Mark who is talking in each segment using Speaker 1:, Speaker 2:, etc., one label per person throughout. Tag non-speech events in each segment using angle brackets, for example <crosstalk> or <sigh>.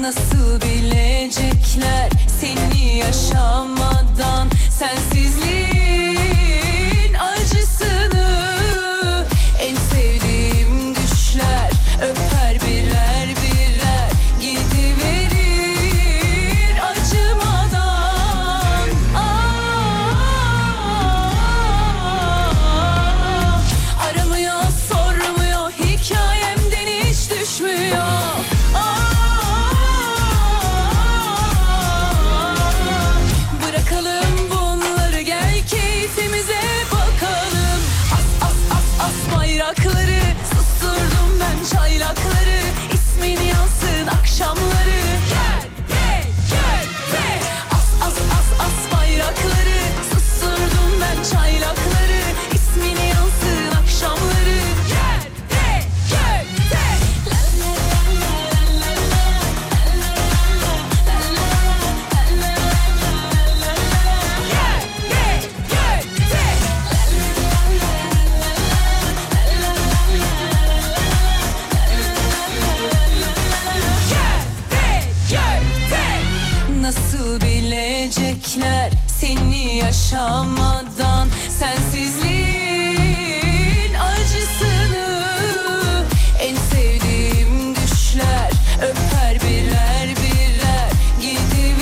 Speaker 1: Nasıl bilecekler seni yaşamadan Sensizliğin acısını En sevdiğim düşler öper birer birer Gidiverir acımadan Ah, Aramıyor sormuyor hikayemden hiç düşmüyor Ah, Bırakalım bunları gel keyfimize bakalım As as as as bayrakları Susturdum ben çaylakları İsmin yansın akşamları Gel gel gel gel As as as as bayrakları Susturdum ben çaylakları İsmin yansın akşamları Gel gel gel gel Nasıl bilecekler seni yaşamadan Sensizliğin acısını En sevdiğim düşler öper birer birer Gidiverir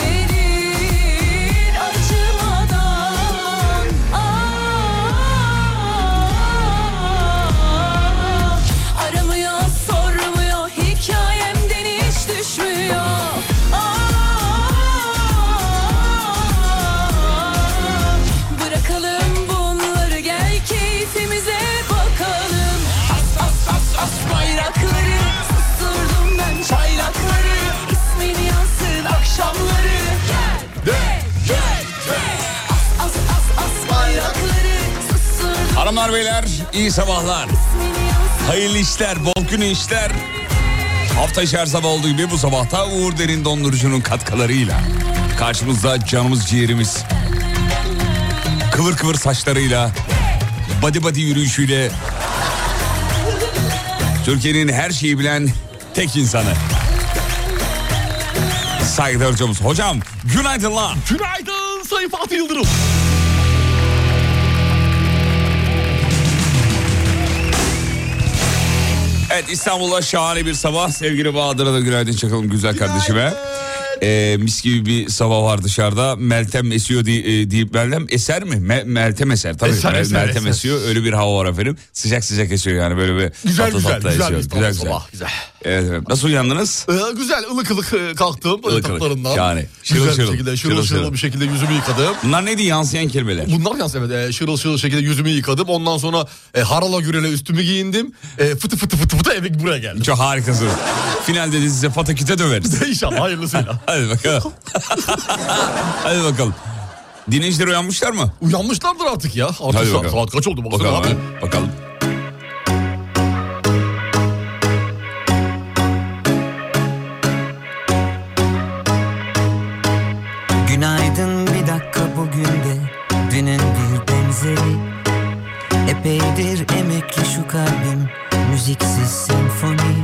Speaker 1: acımadan Ah, Aramıyor sormuyor hikayemden hiç düşmüyor Ah, Bırakalım bunları gel keyfimize bakalım As as as as bayrakları Susturdum ben çaylakları İsmin yansın akşamları Gel de gel de As as as as bayrakları Susturdum
Speaker 2: Hanımlar beyler iyi sabahlar.
Speaker 1: ismin yansın
Speaker 2: Hayırlı işler, bol günü işler. Hafta içi her sabah olduğu gibi bu sabahta Uğur Derin Dondurucu'nun katkılarıyla. Karşımızda canımız ciğerimiz. Kıvır kıvır saçlarıyla. Body body yürüyüşüyle. Türkiye'nin her şeyi bilen tek insanı. Saygıdeğer hocamız. Hocam günaydınlar.
Speaker 3: Günaydın Sayın Fatih Yıldırım.
Speaker 2: Evet İstanbul'da şahane bir sabah. Sevgili Bahadır'a da günaydın çakalım güzel kardeşime. Ee, mis gibi bir sabah var dışarıda. Meltem esiyor diye, e, deyip Meltem eser mi? Me- Meltem eser tabii.
Speaker 3: Eser,
Speaker 2: Mel-
Speaker 3: eser,
Speaker 2: Meltem
Speaker 3: eser.
Speaker 2: esiyor. Öyle bir hava var efendim. Sıcak sıcak esiyor yani böyle bir
Speaker 3: Güzel
Speaker 2: tatlı
Speaker 3: güzel
Speaker 2: tatlı
Speaker 3: güzel,
Speaker 2: esiyor.
Speaker 3: bir
Speaker 2: Güzel güzel.
Speaker 3: sabah güzel.
Speaker 2: Evet, evet. Nasıl uyandınız?
Speaker 3: Ee, güzel ılık ılık e, kalktım
Speaker 2: ılık.
Speaker 3: etaplarından.
Speaker 2: Yani, şırıl
Speaker 3: güzel
Speaker 2: şırıl,
Speaker 3: bir şekilde şırıl
Speaker 2: şırıl
Speaker 3: şırıl,
Speaker 2: şırıl.
Speaker 3: bir şekilde yüzümü yıkadım.
Speaker 2: Bunlar neydi yansıyan kelimeler?
Speaker 3: Bunlar yalnız evet e, şırıl şırıl şekilde yüzümü yıkadım. Ondan sonra e, harala gürele üstümü giyindim. E, fıtı fıtı fıtı fıtı eve buraya geldim. <laughs>
Speaker 2: Çok harikasınız. Finalde de size pataküte döveriz.
Speaker 3: İnşallah hayırlısıyla.
Speaker 2: Hadi bakalım.
Speaker 3: <laughs>
Speaker 2: Hadi bakalım. Dinleyiciler uyanmışlar mı?
Speaker 3: Uyanmışlardır artık ya. Artık
Speaker 2: Hadi
Speaker 3: sa-
Speaker 2: bakalım.
Speaker 3: saat kaç oldu baksana
Speaker 2: Bakalım.
Speaker 3: abi.
Speaker 2: hemen, Bakalım.
Speaker 4: Günaydın bir dakika bugün de dünün bir benzeri Epeydir emekli şu kalbim müziksiz senfoni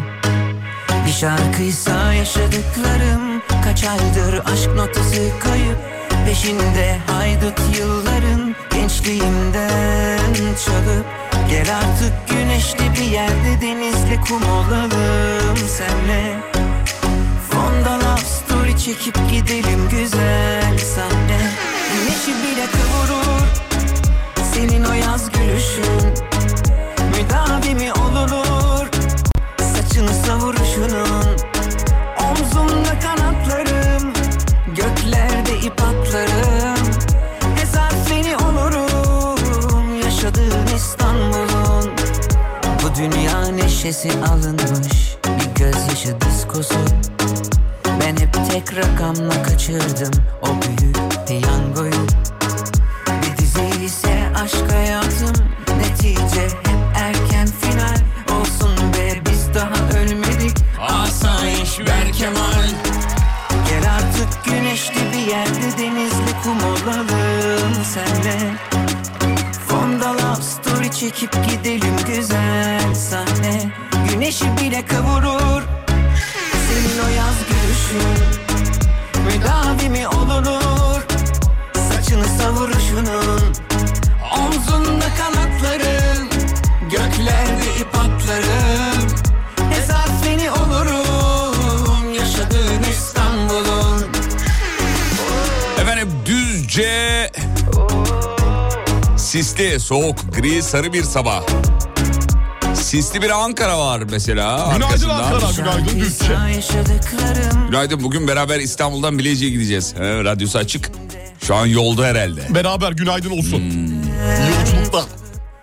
Speaker 4: Bir şarkıysa yaşadıklarım kaç aydır aşk notası kayıp Peşinde haydut yılların gençliğimden çalıp Gel artık güneşli bir yerde denizli kum olalım senle Fonda love story çekip gidelim güzel sahne Güneşi bile kıvırır Senin o yaz gülüşün Müdavimi olunur Saçını savuruşunun Omzumda ötesi alınmış Bir gözyaşı diskosu Ben hep tek rakamla kaçırdım O büyük piyangoyu Bir dizi ise aşk hayatım Netice hep erken final Olsun be biz daha ölmedik Asayiş ver kemal Gel artık güneşli bir yerde denizli kum olalım senle Fonda love story çekip gidelim güzel sahne Güneşi bile kavurur Senin o yaz gülüşün Müdavimi olunur Saçını savuruşunun Omzunda kanatların Göklerde ip atlarım Esas seni olurum Yaşadığın İstanbul'un
Speaker 2: Efendim düzce sisli, soğuk, gri, sarı bir sabah. Sisli bir Ankara var mesela.
Speaker 3: Günaydın
Speaker 2: arkasında.
Speaker 3: Ankara, günaydın Düzce.
Speaker 4: Şarkıysa yaşadıklarım
Speaker 2: Günaydın. Bugün beraber İstanbul'dan Bilecik'e gideceğiz. He, radyosu açık. Şu an yolda herhalde.
Speaker 3: Beraber günaydın olsun.
Speaker 2: Hmm.
Speaker 3: Yolculukta.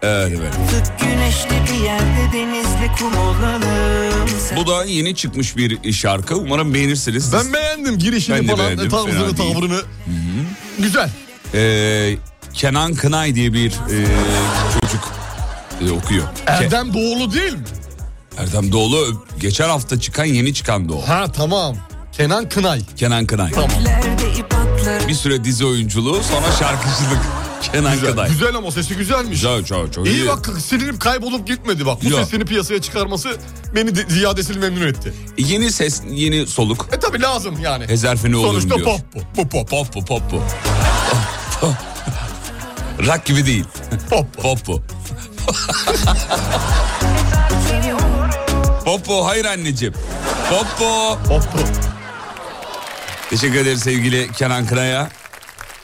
Speaker 2: Öyle böyle.
Speaker 4: Tık güneşli bir yerde denizli kum olalım sen.
Speaker 2: Bu da yeni çıkmış bir şarkı. Umarım beğenirsiniz.
Speaker 3: Ben beğendim
Speaker 2: Ben
Speaker 3: girişini
Speaker 2: de
Speaker 3: falan,
Speaker 2: beğendim,
Speaker 3: e, tarzını,
Speaker 2: fena değil.
Speaker 3: tavrını. Güzel.
Speaker 2: Ee, Kenan Kınay diye bir e, çocuk e, okuyor. Ke-
Speaker 3: Erdem Doğulu değil mi?
Speaker 2: Erdem Doğulu geçen hafta çıkan yeni çıkan da o.
Speaker 3: Ha tamam. Kenan Kınay.
Speaker 2: Kenan Kınay.
Speaker 4: Göklerde ip atları
Speaker 2: Bir süre dizi oyunculuğu sonra şarkıcılık. Kenan Kınay.
Speaker 3: Güzel ama sesi güzelmiş.
Speaker 2: Güzel, çok, çok
Speaker 3: İyi bak silinip kaybolup gitmedi bak. Bu
Speaker 2: Yok.
Speaker 3: sesini piyasaya çıkarması beni de- ziyadesini memnun etti.
Speaker 2: Yeni ses, yeni soluk.
Speaker 3: E tabi lazım yani.
Speaker 2: Ezerfe ne olurum
Speaker 3: Sonuçta
Speaker 2: diyor.
Speaker 3: pop bu. Bu pop.
Speaker 2: Pop bu, pop bu. Rock gibi değil.
Speaker 3: Pop bu.
Speaker 2: Pop bu. Pop bu, hayır anneciğim. Pop bu.
Speaker 3: Pop bu.
Speaker 2: Teşekkür ederiz sevgili Kenan Kınay'a.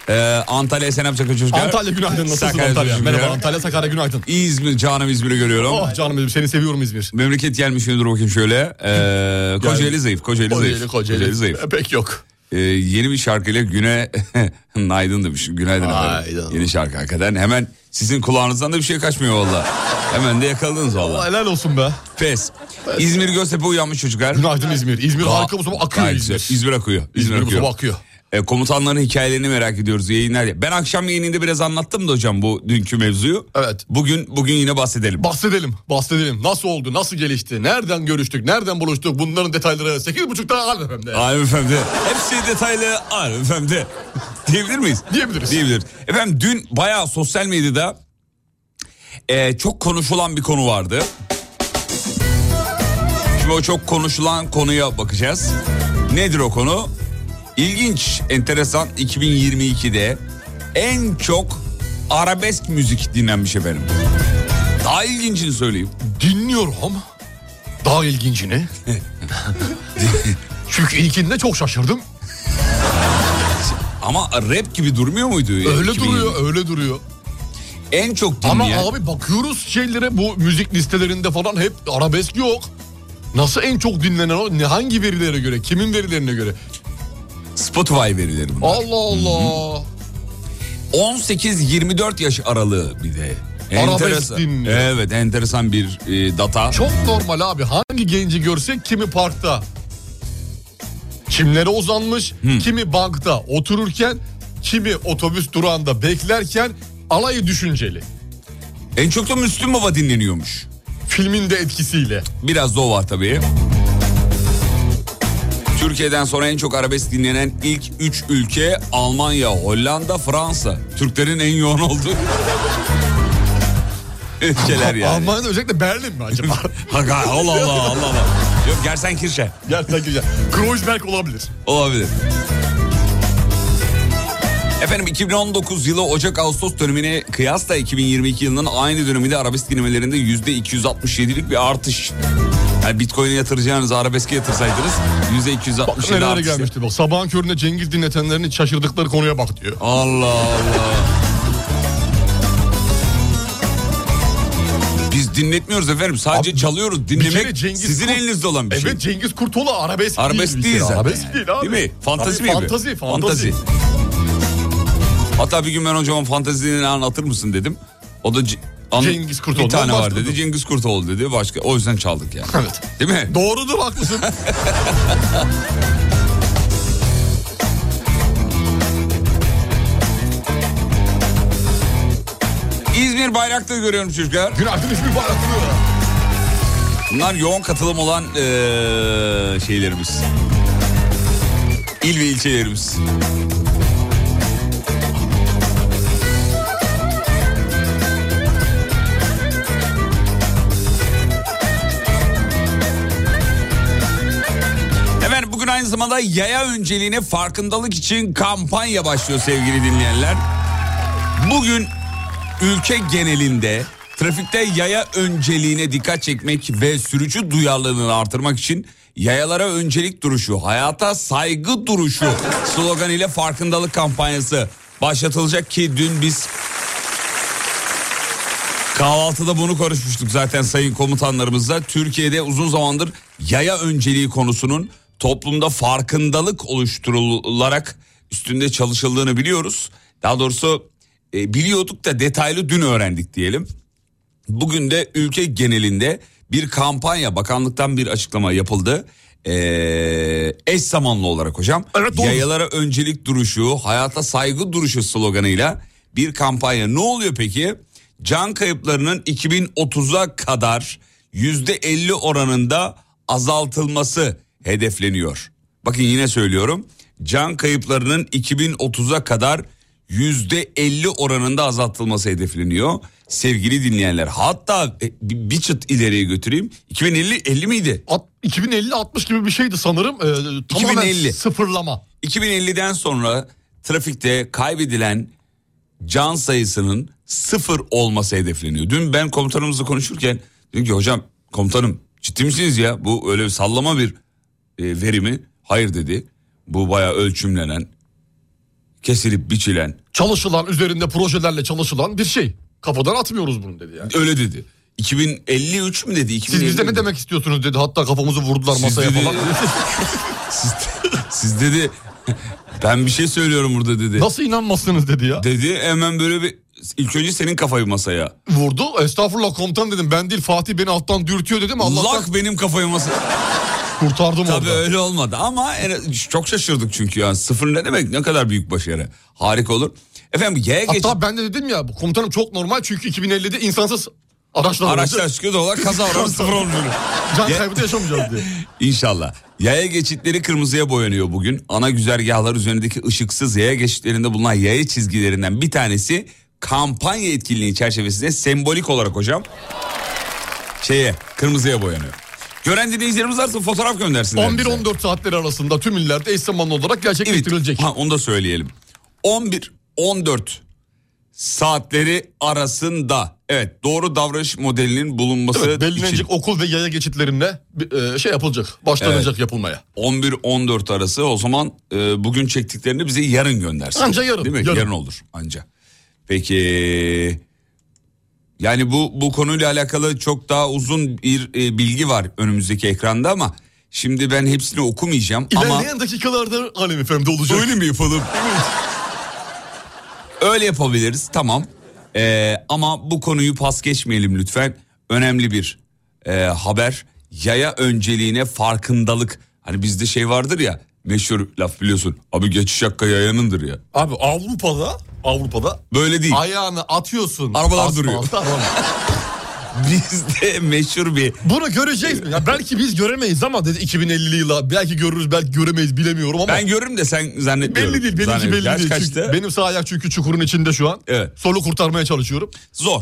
Speaker 2: Ee, Antalya Senem Çakır Çocuklar.
Speaker 3: Antalya günaydın. Nasılsın
Speaker 2: Sakarya
Speaker 3: Antalya?
Speaker 2: Çocuklar.
Speaker 3: Merhaba Antalya Sakarya günaydın.
Speaker 2: İzmir, canım İzmir'i görüyorum.
Speaker 3: Oh canım benim seni seviyorum İzmir.
Speaker 2: Memleket gelmiş mi? Dur bakayım şöyle. Ee, Kocaeli zayıf, Kocaeli, zayıf. Kocaeli zayıf.
Speaker 3: E, Pek yok.
Speaker 2: Ee, yeni bir şarkıyla güne <laughs> Naydın demiş. Günaydın
Speaker 3: Aydın.
Speaker 2: efendim. Yeni şarkı hakikaten. Hemen sizin kulağınızdan da bir şey kaçmıyor valla. Hemen de yakaladınız valla.
Speaker 3: Helal olsun be.
Speaker 2: Pes. İzmir Göztepe uyanmış çocuklar.
Speaker 3: Günaydın İzmir. İzmir harika bu sabah akıyor
Speaker 2: Gayet
Speaker 3: İzmir.
Speaker 2: güzel. İzmir akıyor. İzmir,
Speaker 3: İzmir bu
Speaker 2: akıyor.
Speaker 3: sabah akıyor.
Speaker 2: Ee, komutanların hikayelerini merak ediyoruz yayınlar. Ben akşam yayınında biraz anlattım da hocam bu dünkü mevzuyu.
Speaker 3: Evet.
Speaker 2: Bugün bugün yine bahsedelim.
Speaker 3: Bahsedelim, bahsedelim. Nasıl oldu, nasıl gelişti, nereden görüştük, nereden buluştuk bunların detayları 8.30'da Alp FM'de.
Speaker 2: Arif efendi. Hepsi detaylı Arif efendi. <laughs> Diyebilir miyiz?
Speaker 3: Diyebiliriz.
Speaker 2: Diyebiliriz. Efendim dün bayağı sosyal medyada e, çok konuşulan bir konu vardı. Şimdi o çok konuşulan konuya bakacağız. Nedir o konu? İlginç, enteresan 2022'de en çok arabesk müzik dinlenmiş efendim. Daha ilginçini söyleyeyim.
Speaker 3: Dinliyorum. Daha ilgincini. <laughs> Çünkü ilkinde çok şaşırdım.
Speaker 2: Ama rap gibi durmuyor muydu?
Speaker 3: Öyle
Speaker 2: 2020?
Speaker 3: duruyor, öyle duruyor.
Speaker 2: En çok dinleyen...
Speaker 3: Ama abi bakıyoruz şeylere bu müzik listelerinde falan hep arabesk yok. Nasıl en çok dinlenen o? Ne- Hangi verilere göre? Kimin verilerine göre?
Speaker 2: Spotify verileri bunlar.
Speaker 3: Allah Allah.
Speaker 2: 18-24 yaş aralığı bir de.
Speaker 3: Arabesk dinliyor.
Speaker 2: Evet enteresan bir e, data.
Speaker 3: Çok normal abi. Hangi genci görsek kimi parkta. Kimlere uzanmış, kimi bankta otururken, kimi otobüs durağında beklerken alayı düşünceli.
Speaker 2: En çok da Müslüm Baba dinleniyormuş.
Speaker 3: Filmin de etkisiyle.
Speaker 2: Biraz da o var tabii. Türkiye'den sonra en çok arabesk dinlenen ilk 3 ülke Almanya, Hollanda, Fransa. Türklerin en yoğun olduğu <laughs> ülkeler yani.
Speaker 3: Almanya'da özellikle Berlin mi acaba?
Speaker 2: <laughs> Ha, ga- Allah Allah Allah Allah. Yok Gersenkirchen.
Speaker 3: Gerçekten güzel. Kreuzberg olabilir.
Speaker 2: Olabilir. Efendim 2019 yılı Ocak-Ağustos dönemine kıyasla 2022 yılının aynı döneminde arabesk dinlemelerinde %267'lik bir artış. Yani bitcoin'e yatıracağınızı arabeske yatırsaydınız
Speaker 3: Bak
Speaker 2: %267
Speaker 3: nelere
Speaker 2: artış.
Speaker 3: gelmişti bak. Sabahın köründe Cengiz dinletenlerin şaşırdıkları konuya bak diyor.
Speaker 2: Allah Allah. Biz dinletmiyoruz efendim. Sadece
Speaker 3: Abi,
Speaker 2: çalıyoruz.
Speaker 3: bir kere
Speaker 2: Dinlemek
Speaker 3: Cengiz
Speaker 2: sizin
Speaker 3: Kurt-
Speaker 2: elinizde olan bir şey.
Speaker 3: Evet Cengiz Kurtoğlu arabesk,
Speaker 2: Arabesk
Speaker 3: bir
Speaker 2: değil
Speaker 3: kere.
Speaker 2: zaten.
Speaker 3: Arabesk
Speaker 2: yani.
Speaker 3: değil abi.
Speaker 2: Değil mi? Fantazi
Speaker 3: Abi
Speaker 2: mi?
Speaker 3: Fantazi, fantazi.
Speaker 2: Hatta bir gün ben hocama fantazini anlatır mısın dedim. O da c- An-
Speaker 3: Cengiz Kurtoğlu.
Speaker 2: Bir tane var
Speaker 3: Başka-
Speaker 2: dedi Cengiz Kurtoğlu dedi başka o yüzden çaldık
Speaker 3: <laughs>
Speaker 2: yani.
Speaker 3: Evet.
Speaker 2: Değil mi? <laughs>
Speaker 3: Doğrudur haklısın.
Speaker 2: İzmir Bayraktar'ı görüyorum çocuklar.
Speaker 3: Günaydın İzmir Bayraktarı.
Speaker 2: Bunlar yoğun katılım olan eee, şeylerimiz. İl ve ilçelerimiz. Efendim bugün aynı zamanda yaya önceliğine farkındalık için kampanya başlıyor sevgili dinleyenler. Bugün ülke genelinde trafikte yaya önceliğine dikkat çekmek ve sürücü duyarlılığını artırmak için yayalara öncelik duruşu, hayata saygı duruşu sloganıyla farkındalık kampanyası başlatılacak ki dün biz Kahvaltıda bunu konuşmuştuk zaten sayın komutanlarımızla. Türkiye'de uzun zamandır yaya önceliği konusunun toplumda farkındalık oluşturularak üstünde çalışıldığını biliyoruz. Daha doğrusu e, biliyorduk da detaylı dün öğrendik diyelim. Bugün de ülke genelinde bir kampanya bakanlıktan bir açıklama yapıldı. Ee, eş zamanlı olarak hocam
Speaker 3: Evet, doğru.
Speaker 2: yayalara öncelik duruşu hayata saygı duruşu sloganıyla bir kampanya ne oluyor peki can kayıplarının 2030'a kadar %50 oranında azaltılması hedefleniyor. Bakın yine söylüyorum can kayıplarının 2030'a kadar %50 oranında azaltılması hedefleniyor. Sevgili dinleyenler hatta e, bi- bir çıt ileriye götüreyim. 2050 50 miydi?
Speaker 3: At- 2050 60 gibi bir şeydi sanırım. Ee, tamamen
Speaker 2: 2050.
Speaker 3: sıfırlama.
Speaker 2: 2050'den sonra trafikte kaybedilen can sayısının sıfır olması hedefleniyor. Dün ben komutanımızla konuşurken dedim ki hocam komutanım ciddi misiniz ya bu öyle sallama bir e, verimi. Hayır dedi bu bayağı ölçümlenen kesilip biçilen
Speaker 3: Çalışılan, üzerinde projelerle çalışılan bir şey. Kafadan atmıyoruz bunu dedi yani.
Speaker 2: öyle dedi. 2053 mü dedi?
Speaker 3: Siz
Speaker 2: 2050
Speaker 3: bizde ne
Speaker 2: mi?
Speaker 3: demek istiyorsunuz dedi. Hatta kafamızı vurdular
Speaker 2: Siz
Speaker 3: masaya
Speaker 2: dedi-
Speaker 3: falan. <laughs>
Speaker 2: Siz, siz dedi <laughs> ben bir şey söylüyorum burada dedi.
Speaker 3: Nasıl inanmazsınız dedi ya.
Speaker 2: Dedi hemen böyle bir ilk önce senin kafayı masaya.
Speaker 3: Vurdu. Estağfurullah komutan dedim. Ben değil Fatih beni alttan dürtüyor dedim. Allah'tan
Speaker 2: Lak benim kafayı masaya.
Speaker 3: kurtardım
Speaker 2: Tabii
Speaker 3: orada.
Speaker 2: öyle olmadı ama en- çok şaşırdık çünkü ya. Sıfır ne demek ne kadar büyük başarı. Harika olur. Efendim Y'ye geç.
Speaker 3: Hatta ben de dedim ya bu komutanım çok normal çünkü 2050'de insansız araçlar olacak.
Speaker 2: Araçlar çıkıyor doğal olarak kaza oranı sıfır olmuyor.
Speaker 3: Can
Speaker 2: Ye-
Speaker 3: kaybı da
Speaker 2: <laughs>
Speaker 3: yaşamayacağız diye.
Speaker 2: İnşallah. Yaya geçitleri kırmızıya boyanıyor bugün. Ana güzergahlar üzerindeki ışıksız yaya geçitlerinde bulunan yaya çizgilerinden bir tanesi kampanya etkinliği çerçevesinde sembolik olarak hocam şeye kırmızıya boyanıyor. Gören dinleyicilerimiz varsa fotoğraf göndersinler. bize.
Speaker 3: 11-14 saatleri arasında tüm illerde eş zamanlı olarak gerçekleştirilecek.
Speaker 2: Ha, onu da söyleyelim. 11-14 saatleri arasında evet doğru davranış modelinin bulunması
Speaker 3: Evet, belirlenecek
Speaker 2: için
Speaker 3: okul ve yaya geçitlerinde bir, e, şey yapılacak. Başlanacak yapılmaya.
Speaker 2: 11-14 arası o zaman e, bugün çektiklerini bize yarın göndersin.
Speaker 3: Anca yarın,
Speaker 2: Değil mi? Yarın,
Speaker 3: yarın.
Speaker 2: olur anca. Peki yani bu bu konuyla alakalı çok daha uzun bir e, bilgi var önümüzdeki ekranda ama şimdi ben hepsini okumayacağım ama
Speaker 3: İlerleyen dakikalarda Alem Efendi olacak.
Speaker 2: öyle mi yapalım? Öyle yapabiliriz tamam. Ee, ama bu konuyu pas geçmeyelim lütfen. Önemli bir e, haber. Yaya önceliğine farkındalık. Hani bizde şey vardır ya meşhur laf biliyorsun. Abi geçiş hakkı yayanındır ya.
Speaker 3: Abi Avrupa'da Avrupa'da
Speaker 2: Böyle değil.
Speaker 3: ayağını atıyorsun.
Speaker 2: Arabalar
Speaker 3: asfalta, <laughs>
Speaker 2: duruyor.
Speaker 3: araba.
Speaker 2: <laughs> Bizde meşhur bir
Speaker 3: Bunu göreceğiz mi? Ya belki biz göremeyiz ama dedi 2050'li yıla belki görürüz belki göremeyiz bilemiyorum ama.
Speaker 2: ben görürüm de sen zannetmiyorum.
Speaker 3: Belli değil benimki
Speaker 2: Zannediyorum.
Speaker 3: belli
Speaker 2: Yaş
Speaker 3: değil.
Speaker 2: kaçtı?
Speaker 3: Çünkü benim sağ ayak çünkü çukurun içinde şu an.
Speaker 2: Evet.
Speaker 3: Solu kurtarmaya çalışıyorum.
Speaker 2: Zor.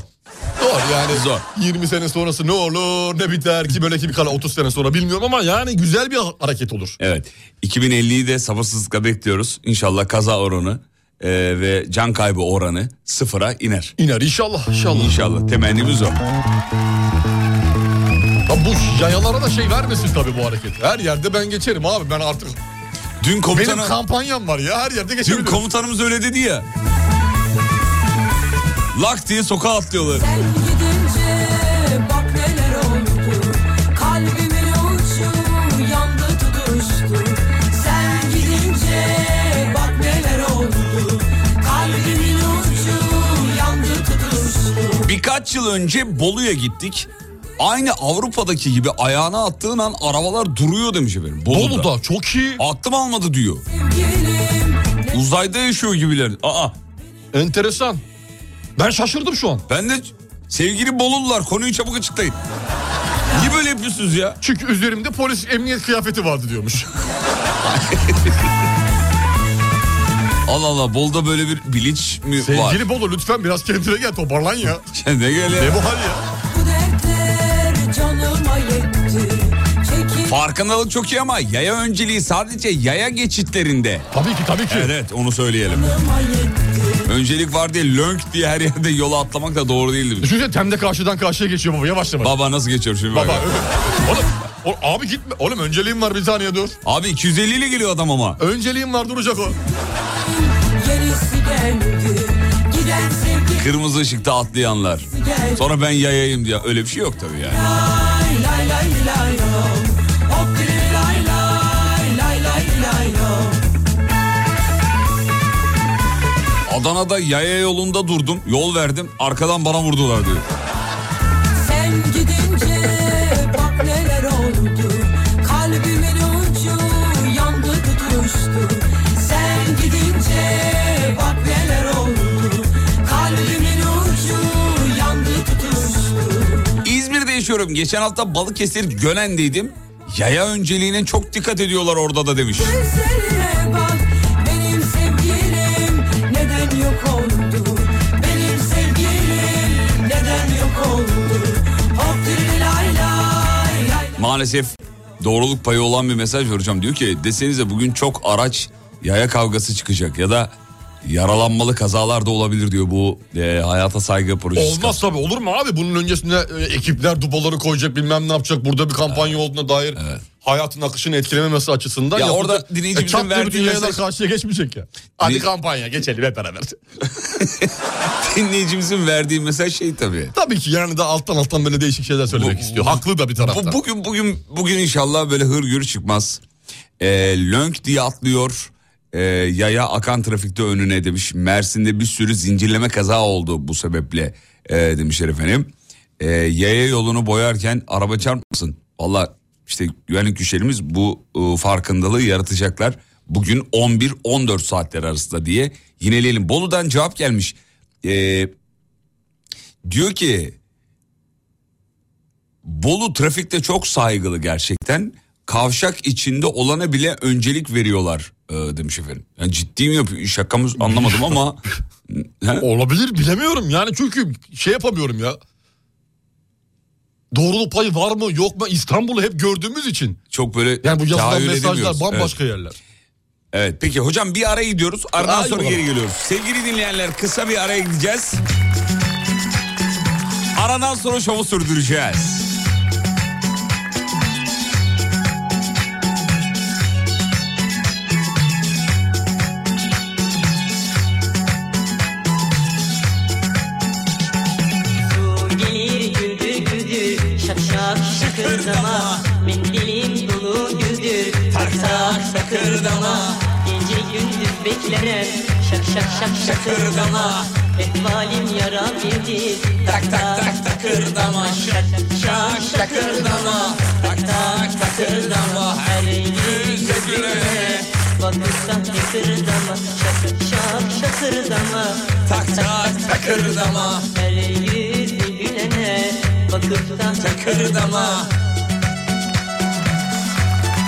Speaker 3: Doğru yani.
Speaker 2: Zor.
Speaker 3: 20 sene sonrası ne olur ne biter ki böyle ki bir kala 30 sene sonra bilmiyorum ama yani güzel bir ha- hareket olur.
Speaker 2: Evet. 2050'yi de sabırsızlıkla bekliyoruz. İnşallah kaza oranı e, ve can kaybı oranı sıfıra iner.
Speaker 3: İner inşallah inşallah.
Speaker 2: İnşallah temennimiz o.
Speaker 3: Ya bu yayalara da şey vermesin tabii bu hareket. Her yerde ben geçerim abi ben artık.
Speaker 2: Dün
Speaker 3: Benim
Speaker 2: komutanım,
Speaker 3: kampanyam var ya her yerde
Speaker 2: dün
Speaker 3: geçebilirim.
Speaker 2: komutanımız öyle dedi ya. Lak diye sokağa atlıyorlar.
Speaker 5: Sen gidince bak neler oldu Kalbimin ucu yandı tutuştu Sen gidince bak neler oldu Kalbimin ucu yandı tutuştu
Speaker 2: Birkaç Kaç yıl önce Bolu'ya gittik. Aynı Avrupa'daki gibi ayağına attığın an arabalar duruyor demiş efendim. Bolu'da.
Speaker 3: Bolu'da çok iyi.
Speaker 2: Aklım almadı diyor. Uzayda yaşıyor gibiler. Aa
Speaker 3: Enteresan. Ben şaşırdım şu an.
Speaker 2: ben de sevgili Bolulular konuyu çabuk açıklayın. Niye böyle yapıyorsunuz ya?
Speaker 3: Çünkü üzerimde polis emniyet kıyafeti vardı diyormuş.
Speaker 2: Allah Allah Bolu'da böyle bir bilinç mi var? <laughs>
Speaker 3: Sevgili Bolu lütfen biraz kendine gel toparlan ya.
Speaker 2: Kendine gel
Speaker 3: Ne
Speaker 2: ya.
Speaker 3: bu hal ya?
Speaker 5: Bu dertler canıma yetti Çekil
Speaker 2: Farkındalık çok iyi ama yaya önceliği sadece yaya geçitlerinde.
Speaker 3: Tabii ki tabii ki.
Speaker 2: Evet onu söyleyelim. Öncelik var diye lönk diye her yerde yola atlamak da doğru değildi.
Speaker 3: Düşünsene Tem'de karşıdan karşıya geçiyor baba yavaş yavaş.
Speaker 2: Baba nasıl geçiyor şimdi?
Speaker 3: Baba
Speaker 2: bak.
Speaker 3: öyle. Oğlum, o- abi gitme. Oğlum önceliğim var bir saniye dur.
Speaker 2: Abi 250 ile geliyor adam ama.
Speaker 3: Önceliğim var duracak o.
Speaker 5: yenisi geldi Giden sevgisi
Speaker 2: Kırmızı ışıkta atlayanlar.
Speaker 5: geldi
Speaker 2: Sonra ben yayayım diye. Öyle bir şey yok tabii yani.
Speaker 5: Lay lay lay lay lom. Hop dili lay lay lay lay lay lom.
Speaker 2: Adana'da yaya yolunda durdum. Yol verdim. Arkadan bana vurdular diyor.
Speaker 5: Sen gidince bak neler oldu Kalbimin ucu yandı tutuştu Sen gidince bak neler oldu Kalbimin ucu yandı tutuştu
Speaker 2: İzmir'de yaşıyorum. Geçen hafta Balıkesir Gönen'deydim. Yaya önceliğine çok dikkat ediyorlar orada da demiş.
Speaker 5: Gözlerine bak benim sevgilim neden yok oldu Benim sevgilim neden yok oldu Hop diri lay lay lay
Speaker 2: Maalesef doğruluk payı olan bir mesaj var hocam. Diyor ki desenize bugün çok araç yaya kavgası çıkacak ya da yaralanmalı kazalar da olabilir diyor bu e, hayata saygı projesi.
Speaker 3: Olmaz tabii olur mu abi? Bunun öncesinde e, ekipler dubaları koyacak bilmem ne yapacak. Burada bir kampanya olduğuna dair hayatın akışını etkilememesi açısından.
Speaker 2: Ya
Speaker 3: yapılacak-
Speaker 2: orada dinleyicimizin
Speaker 3: çat diye
Speaker 2: verdiği
Speaker 3: bütün yayalar
Speaker 2: mesaj-
Speaker 3: karşıya geçmeyecek ya. Hadi
Speaker 2: Din-
Speaker 3: kampanya geçelim
Speaker 2: <laughs>
Speaker 3: hep beraber.
Speaker 2: <laughs> Dinleyicimizin verdiği mesaj şey tabii.
Speaker 3: tabii ki yani da alttan alttan böyle değişik şeyler söylemek
Speaker 2: Bu-
Speaker 3: istiyor. Haklı da bir tarafta.
Speaker 2: Bu, bugün bugün bugün inşallah böyle hırgür çıkmaz. E, lönk diye atlıyor. E, yaya akan trafikte önüne demiş. Mersin'de bir sürü zincirleme kaza oldu bu sebeple e, demişler efendim. E, yaya yolunu boyarken araba çarpmasın. Valla işte güvenlik güçlerimiz bu e, farkındalığı yaratacaklar. Bugün 11-14 saatler arasında diye yineleyelim. Bolu'dan cevap gelmiş. E, diyor ki Bolu trafikte çok saygılı gerçekten. Kavşak içinde olana bile öncelik veriyorlar e, demiş efendim. Yani ciddi mi yapıyor? Şakamız anlamadım
Speaker 3: <laughs>
Speaker 2: ama. He?
Speaker 3: Olabilir bilemiyorum yani çünkü şey yapamıyorum ya. Doğruluk payı var mı yok mu İstanbul'u hep gördüğümüz için.
Speaker 2: Çok böyle
Speaker 3: Yani bu yazılan
Speaker 2: tahayyül
Speaker 3: mesajlar
Speaker 2: edemiyoruz.
Speaker 3: bambaşka yerler.
Speaker 2: Evet. evet. Peki hocam bir araya gidiyoruz. Aradan
Speaker 3: Ay
Speaker 2: sonra
Speaker 3: baba.
Speaker 2: geri geliyoruz. Sevgili dinleyenler kısa bir araya gideceğiz. Aradan sonra şovu sürdüreceğiz.
Speaker 6: Su gelir güldür güldür Şak şak şakırdama Mendilim dolu güldür Tak tak şakırdama Gece gündüz beklenen Şak şak şak şakırdama Etvalim yara bildi Tak tak tak takırdama Şak şak şakırdama Tak tak takırdama Her yüze güle Bakırsan şakırdama Şak şak şakırdama Tak tak takırdama Her yüzü gülene Bakıp da takırdama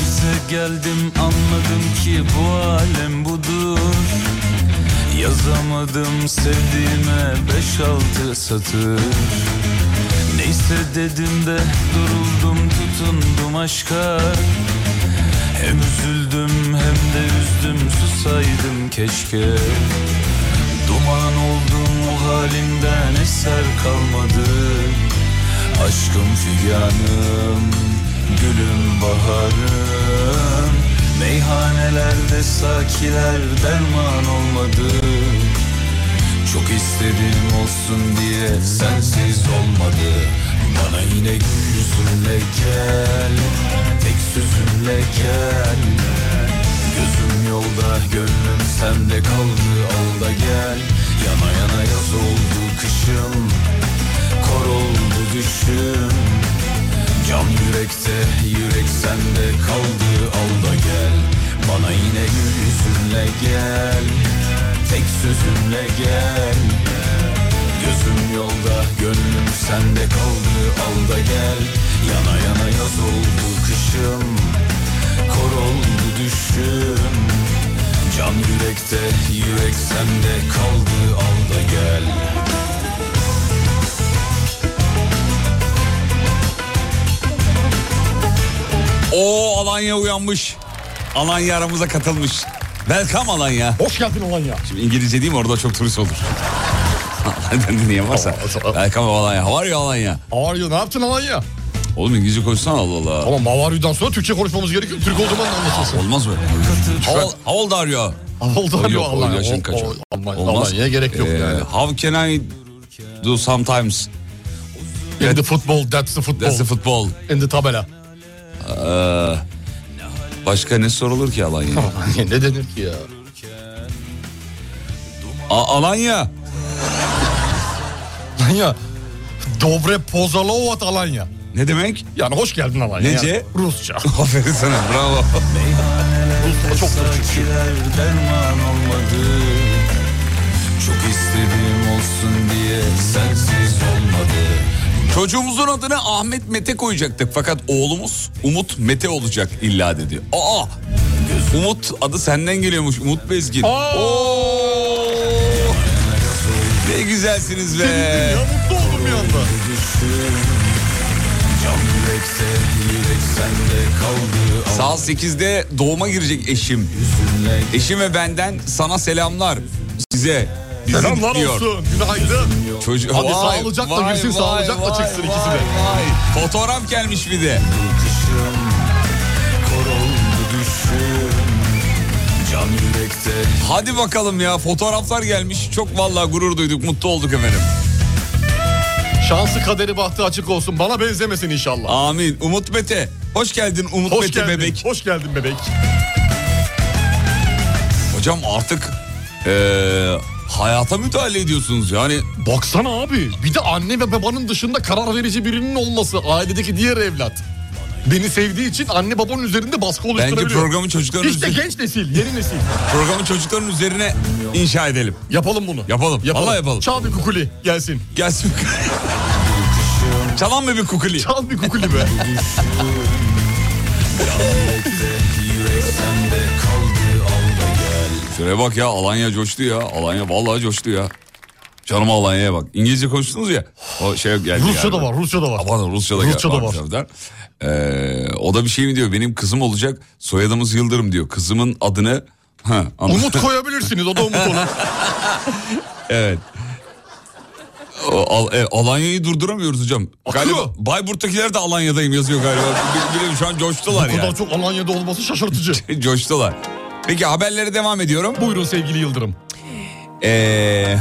Speaker 7: Bize geldim anladım ki bu alem budur Yazamadım sevdiğime beş altı satır Neyse dedim de duruldum tutundum aşka Hem üzüldüm hem de üzdüm susaydım keşke Duman oldum o halimden eser kalmadı Aşkım figanım, gülüm baharım Meyhanelerde sakiler derman olmadı çok istediğim olsun diye sensiz olmadı Bana yine gül yüzünle gel Tek sözünle gel Gözüm yolda gönlüm sende kaldı al da gel Yana yana yaz oldu kışım Kor oldu düşüm Can yürekte yürek sende kaldı al da gel Bana yine gül yüzünle gel Tek sözünle gel Gözüm yolda gönlüm sende kaldı al da gel Yana yana yaz oldu kışım Kor oldu düşüm Can yürekte yürek sende kaldı al da gel
Speaker 2: O Alanya uyanmış. Alanya aramıza katılmış. Welcome Alanya.
Speaker 3: Hoş geldin olan ya.
Speaker 2: Şimdi İngilizce değil mi orada çok turist olur. <laughs> Alanya'dan dinleyen varsa. Welcome Alanya. How are you Alanya?
Speaker 3: Avaryo ne yaptın olan ya?
Speaker 2: Oğlum İngilizce konuşsan Allah Allah.
Speaker 3: Tamam Avaryo'dan sonra Türkçe konuşmamız gerekiyor. Türk olduğumdan da anlaşılsın.
Speaker 2: Olmaz böyle. How, how old are you?
Speaker 3: Oldu
Speaker 2: Yok,
Speaker 3: abi
Speaker 2: o
Speaker 3: Allah.
Speaker 2: yaşın kaçı? Olmaz.
Speaker 3: Almanya'ya gerek yok
Speaker 2: Ee,
Speaker 3: yani.
Speaker 2: How can I do sometimes?
Speaker 3: In the football, that's the football.
Speaker 2: That's the football.
Speaker 3: In the tabela.
Speaker 2: Başka ne sorulur ki
Speaker 7: <laughs>
Speaker 2: Alanya?
Speaker 3: ne denir ki ya?
Speaker 2: A- Alanya.
Speaker 3: Alanya. Dobre pozalovat Alanya.
Speaker 2: Ne demek?
Speaker 3: Yani hoş geldin Alanya.
Speaker 2: Nece?
Speaker 3: Yani
Speaker 2: <laughs>
Speaker 3: Rusça.
Speaker 2: Aferin sana bravo.
Speaker 3: Rusça çok Türkçe.
Speaker 7: Sakiler derman olmadı Çok istediğim olsun diye sensiz olmadı
Speaker 2: Çocuğumuzun adını Ahmet Mete koyacaktık fakat oğlumuz Umut Mete olacak illa dedi. Aa! Umut adı senden geliyormuş Umut Bezgin. Oo! Ne güzelsiniz be.
Speaker 3: Ya mutlu oldum bir anda.
Speaker 7: Yürekte yürek sende kaldı
Speaker 2: Saat 8'de doğuma girecek eşim. Eşim ve benden sana selamlar. Size. bizi
Speaker 3: Selamlar
Speaker 2: diyor.
Speaker 3: olsun. Günaydın.
Speaker 2: Çocuğu,
Speaker 3: Hadi sağlıcakla girsin, sağlıcakla çıksın ikisi de.
Speaker 2: vay. Fotoğraf gelmiş bir de.
Speaker 7: alkışım Kor oldu düşüm Can yürekte
Speaker 2: Hadi bakalım ya fotoğraflar gelmiş. Çok vallahi gurur duyduk, mutlu olduk efendim.
Speaker 3: Şansı kaderi bahtı açık olsun. Bana benzemesin inşallah.
Speaker 2: Amin. Umut Mete. Hoş geldin Umut
Speaker 3: Hoş
Speaker 2: Mete
Speaker 3: geldin.
Speaker 2: bebek.
Speaker 3: Hoş geldin bebek.
Speaker 2: Hocam artık eee, hayata müdahale ediyorsunuz. Yani
Speaker 3: Baksana abi. Bir de anne ve babanın dışında karar verici birinin olması. Ailedeki diğer evlat. Beni sevdiği için anne babanın üzerinde baskı
Speaker 2: bence
Speaker 3: oluşturabiliyor.
Speaker 2: programın çocukların
Speaker 3: İşte
Speaker 2: üzerine,
Speaker 3: genç nesil, yeni nesil.
Speaker 2: programın çocukların üzerine inşa edelim.
Speaker 3: Yapalım bunu.
Speaker 2: Yapalım. Vallahi yapalım.
Speaker 3: Çal bir kukuli gelsin.
Speaker 2: Gelsin. <laughs> Çalan mı bir kukuli?
Speaker 3: Çal bir kukuli
Speaker 2: <laughs>
Speaker 3: be.
Speaker 2: Şuraya bak ya Alanya coştu ya. Alanya vallahi coştu ya. Canım Alanya'ya bak. İngilizce konuştunuz ya. O şey geldi
Speaker 3: Rusça da
Speaker 2: galiba.
Speaker 3: var, Rusça da var.
Speaker 2: Ha, Pardon Rusça'da
Speaker 3: Rusça da var.
Speaker 2: var. Ee, o da bir şey mi diyor benim kızım olacak soyadımız Yıldırım diyor. Kızımın adını ha, anladım.
Speaker 3: Umut koyabilirsiniz, o da
Speaker 2: <laughs>
Speaker 3: umut olur.
Speaker 2: evet. O, Al- e, Alanya'yı durduramıyoruz hocam.
Speaker 3: Akıyor.
Speaker 2: Galiba Bayburt'takiler de Alanya'dayım yazıyor galiba. Bil- Biliyorum şu an coştular
Speaker 3: Bu kadar
Speaker 2: ya.
Speaker 3: çok Alanya'da olması
Speaker 2: <laughs>
Speaker 3: şaşırtıcı.
Speaker 2: coştular. Peki haberlere devam ediyorum.
Speaker 3: Buyurun sevgili Yıldırım.
Speaker 2: <laughs> Ee,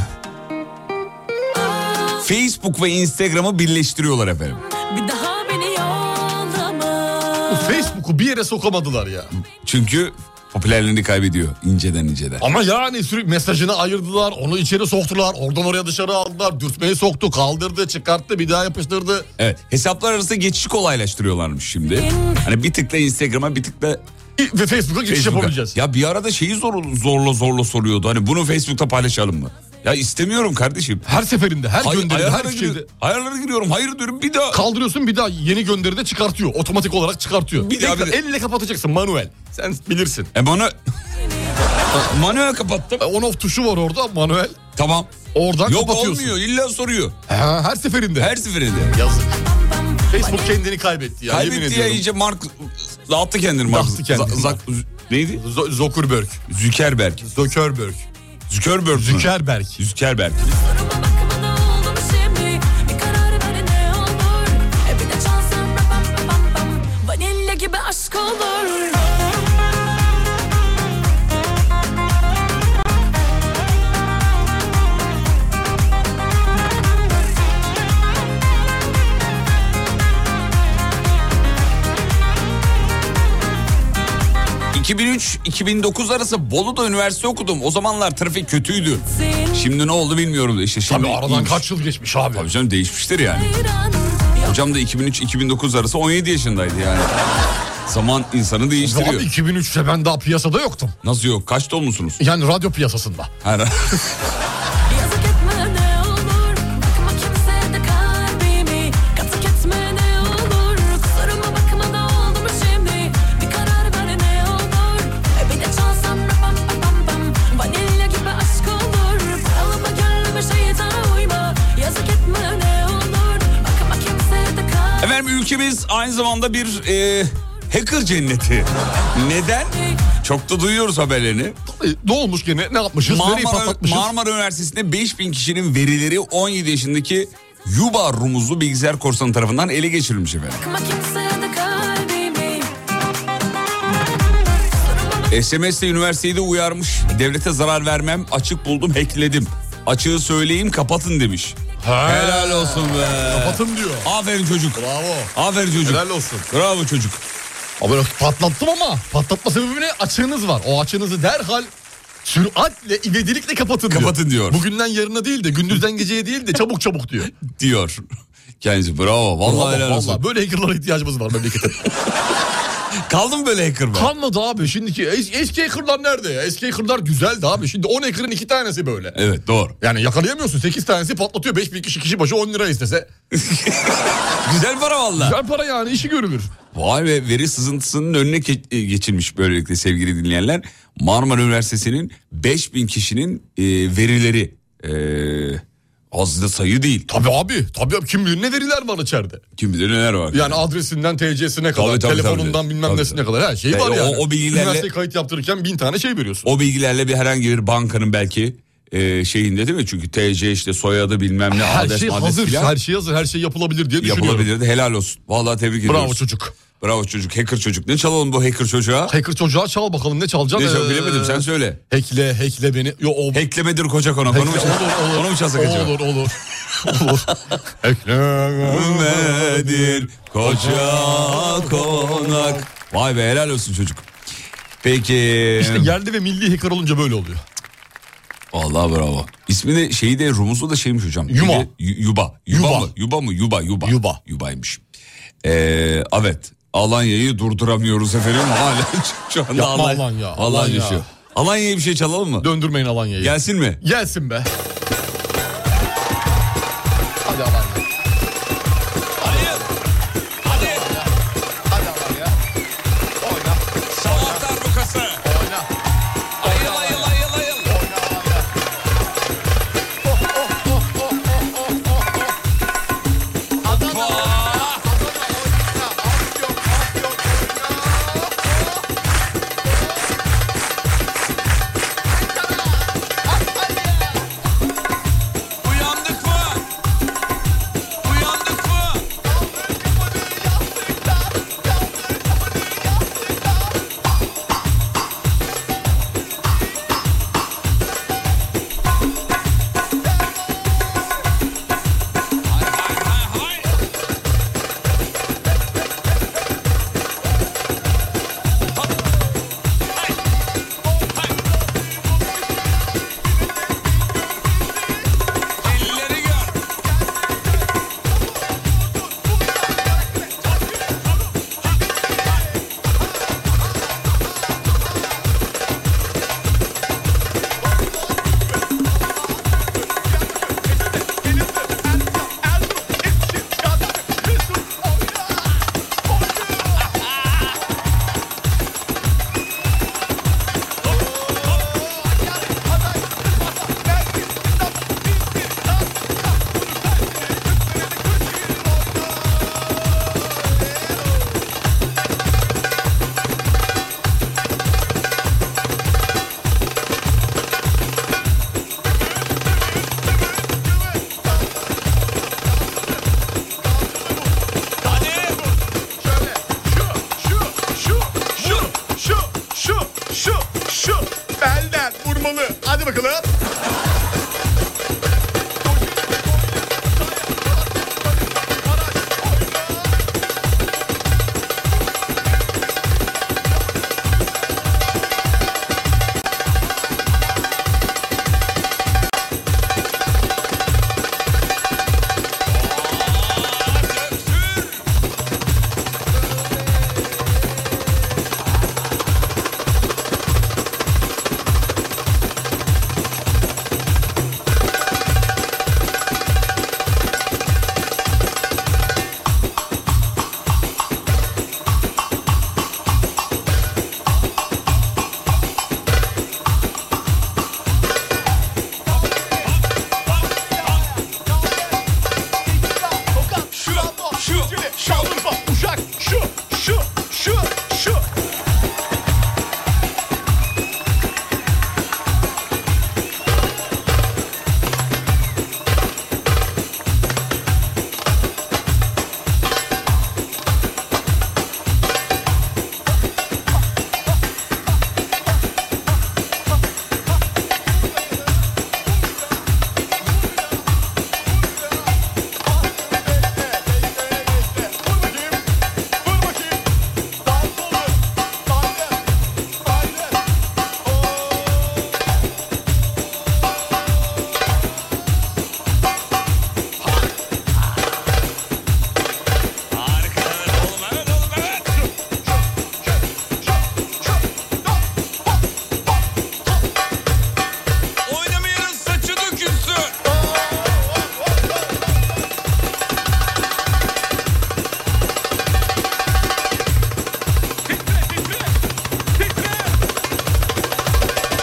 Speaker 2: Facebook ve Instagram'ı birleştiriyorlar efendim.
Speaker 1: Bir daha beni yollama.
Speaker 3: Bu Facebook'u bir yere sokamadılar ya.
Speaker 2: Çünkü popülerliğini kaybediyor inceden inceden.
Speaker 3: Ama yani sürekli mesajını ayırdılar, onu içeri soktular, oradan oraya dışarı aldılar, dürtmeyi soktu, kaldırdı, çıkarttı, bir daha yapıştırdı.
Speaker 2: Evet hesaplar arası geçişi kolaylaştırıyorlarmış şimdi. Hani bir tıkla Instagram'a bir tıkla
Speaker 3: Ve Facebook'a giriş
Speaker 2: Facebook'a.
Speaker 3: yapamayacağız.
Speaker 2: Ya bir arada şeyi zor, zorla zorla soruyordu. Hani bunu Facebook'ta paylaşalım mı? Ya istemiyorum kardeşim.
Speaker 3: Her seferinde, her
Speaker 2: Hayır,
Speaker 3: gönderide, her
Speaker 2: ayarlara,
Speaker 3: şeyde.
Speaker 2: giriyorum, ayarlara giriyorum hayır diyorum bir daha.
Speaker 3: Kaldırıyorsun bir daha yeni gönderide çıkartıyor. Otomatik olarak çıkartıyor.
Speaker 2: Bir
Speaker 3: Bir
Speaker 2: daha
Speaker 3: daha
Speaker 2: bir de-
Speaker 3: elle kapatacaksın manuel. Sen bilirsin.
Speaker 2: E bana... Manuel kapattım.
Speaker 3: E, On off tuşu var orada manuel.
Speaker 2: Tamam.
Speaker 3: Oradan
Speaker 2: Yok
Speaker 3: kapatıyorsun.
Speaker 2: olmuyor illa soruyor.
Speaker 3: Ha, her seferinde.
Speaker 2: Her seferinde.
Speaker 3: Yazık. Facebook kendini kaybetti ya. yemin
Speaker 2: Kaybetti ya
Speaker 3: ediyorum.
Speaker 2: iyice Mark Dağıttı kendini. Mark.
Speaker 3: Dağıttı kendini.
Speaker 2: Za- Zak- neydi?
Speaker 3: Z- Zuckerberg.
Speaker 2: Zükerberg.
Speaker 3: Zuckerberg.
Speaker 2: Zükerberg. Züker.
Speaker 3: Zuckerberg.
Speaker 2: Zükerberg.
Speaker 1: Soruma bakma ne oldum şimdi Bir karar ver ne olur E bir de çalsam ra bam bam bam bam Vanilya gibi aşk olur
Speaker 2: Zükerberg. 2003-2009 arası Bolu'da üniversite okudum. O zamanlar trafik kötüydü.
Speaker 1: Sin
Speaker 2: Şimdi ne oldu bilmiyorum da işte şimdi
Speaker 3: Tabii aradan
Speaker 2: iyiymiş.
Speaker 3: kaç yıl geçmiş abi.
Speaker 2: Tabii canım değişmiştir yani.
Speaker 1: ayıran Yok
Speaker 2: Hocam da 2003-2009 arası 17 yaşındaydı yani. Zaman insanı
Speaker 3: Bu abi
Speaker 2: değiştiriyor.
Speaker 3: 2003'te ben daha piyasada yoktum.
Speaker 2: Nasıl yok? Kaç
Speaker 3: <laughs>
Speaker 2: doğumlusunuz?
Speaker 3: Yani radyo piyasasında.
Speaker 2: Her...
Speaker 1: yazık etme ne olur Bakma kimse de kalbimi Katık etme ne olur Kusuruma bakma ne oldum şimdi Bir karar ver ne olur E bir de çalsam ra bam bam bam bam Vanilya gibi aşk olur Kralıma gönlüme şeytana uyma Yazık etme ne olur Bakma kimse de kalbimi
Speaker 2: Efendim ülkemiz aynı zamanda bir e, hacker cenneti. Neden? Çok da duyuyoruz haberlerini.
Speaker 3: E, Ne olmuş gene? Ne yapmışız? Nereyi
Speaker 2: Marmara,
Speaker 3: patlatmışız?
Speaker 2: Marmara Üniversitesi'nde 5000 kişinin verileri 17 yaşındaki Yuba rumuzlu bilgisayar korsanı tarafından ele geçirilmiş efendim.
Speaker 1: Bakma kimse de kalbimi
Speaker 2: SMS ile üniversiteyi de uyarmış. Devlete zarar vermem, açık buldum, hackledim. Açığı söyleyeyim, kapatın demiş.
Speaker 3: Ha.
Speaker 2: Helal olsun be.
Speaker 3: Kapatın diyor.
Speaker 2: Aferin çocuk.
Speaker 3: Bravo.
Speaker 2: Aferin çocuk.
Speaker 3: Helal olsun.
Speaker 2: Bravo çocuk.
Speaker 3: Abi patlattım ama patlatma sebebi ne? Açığınız var. O açığınızı derhal süratle, ivedilikle kapatın diyor.
Speaker 2: Kapatın diyor.
Speaker 3: Bugünden yarına değil de gündüzden geceye değil de çabuk çabuk diyor.
Speaker 2: Diyor. Kendisi bravo. Vallahi
Speaker 3: <laughs> Vallahi,
Speaker 2: helal olsun.
Speaker 3: vallahi böyle hackerlara ihtiyacımız var <laughs> memlekete.
Speaker 2: Kaldı mı böyle hacker be?
Speaker 3: Kalmadı abi şimdiki es- eski hackerlar nerede ya? Eski hackerlar güzeldi abi. Şimdi 10 hacker'ın 2 tanesi böyle.
Speaker 2: evet doğru.
Speaker 3: Yani yakalayamıyorsun. 8 tanesi patlatıyor. 5 bin kişi kişi başı 10 lira istese.
Speaker 2: Güzel para valla.
Speaker 3: Güzel para yani işi görülür.
Speaker 2: Vay be veri sızıntısının önüne ke- e, geçilmiş böylelikle sevgili dinleyenler. Marmara Üniversitesi'nin 5000 kişinin e, verileri. E, az da sayı değil.
Speaker 3: Tabii abi. Tabii abi. Kim bilir ne veriler var içeride.
Speaker 2: Kim bilir neler var.
Speaker 3: Yani adresinden TC'sine kadar,
Speaker 2: Tabii, tabii,
Speaker 3: telefonundan
Speaker 2: tabii.
Speaker 3: bilmem
Speaker 2: Tabii,
Speaker 3: nesine
Speaker 2: tabii.
Speaker 3: kadar her şey
Speaker 2: Yani
Speaker 3: var
Speaker 2: o-
Speaker 3: yani.
Speaker 2: o bilgilerle-
Speaker 3: Üniversiteye kayıt yaptırırken bin tane şey veriyorsun.
Speaker 2: O bilgilerle bir herhangi bir bankanın belki e, şeyinde değil mi? Çünkü TC işte soyadı bilmem ne
Speaker 3: her
Speaker 2: adres
Speaker 3: şey
Speaker 2: madres
Speaker 3: hazır,
Speaker 2: filan
Speaker 3: her şey hazır, her şey yapılabilir diye düşünüyorum.
Speaker 2: yapılabilirdi. Helal olsun. Vallahi tebrik
Speaker 3: Bravo
Speaker 2: ediyoruz.
Speaker 3: çocuk.
Speaker 2: Bravo çocuk. Hacker çocuk. Ne çalalım bu hacker çocuğa?
Speaker 3: Hacker çocuğa çal bakalım ne çalacak. Ee,
Speaker 2: Ne çal- bilemedim, sen söyle.
Speaker 3: Hackle, hackle beni. Yo, o...
Speaker 2: Hacklemedir koca konak. Onu mu, çal- onu mu çalsak acaba?
Speaker 3: Olur, olur. <laughs> olur. hackle.
Speaker 2: Nedir koca konak? Vay be helal olsun çocuk. Peki.
Speaker 3: İşte yerli ve milli hacker olunca böyle oluyor.
Speaker 2: Vallahi bravo. İsmi de şeyi de Rumuzlu da şeymiş hocam.
Speaker 3: Yuma.
Speaker 2: Neydi? Yu- Yuba. Yuba.
Speaker 3: Yuba.
Speaker 2: mı? Yuba mı? Yuba. Yuba.
Speaker 3: Yuba.
Speaker 2: Yubaymış. Ee, evet. Alanya'yı durduramıyoruz efendim. Hala <laughs> şu anda
Speaker 3: Yapma
Speaker 2: Alanya.
Speaker 3: Alanya,
Speaker 2: Alanya.
Speaker 3: Alanya.
Speaker 2: şey. Alanya'ya bir şey çalalım mı?
Speaker 3: Döndürmeyin Alanya'yı.
Speaker 2: Gelsin mi?
Speaker 3: Gelsin be. Hadi Alanya.
Speaker 2: Hadi
Speaker 3: Hadi Alanya. Oyna.
Speaker 2: sabah darbukası.
Speaker 3: Oyna.
Speaker 2: Ayıl ayıl ayıl ayıl. Oh. Uyandık mı?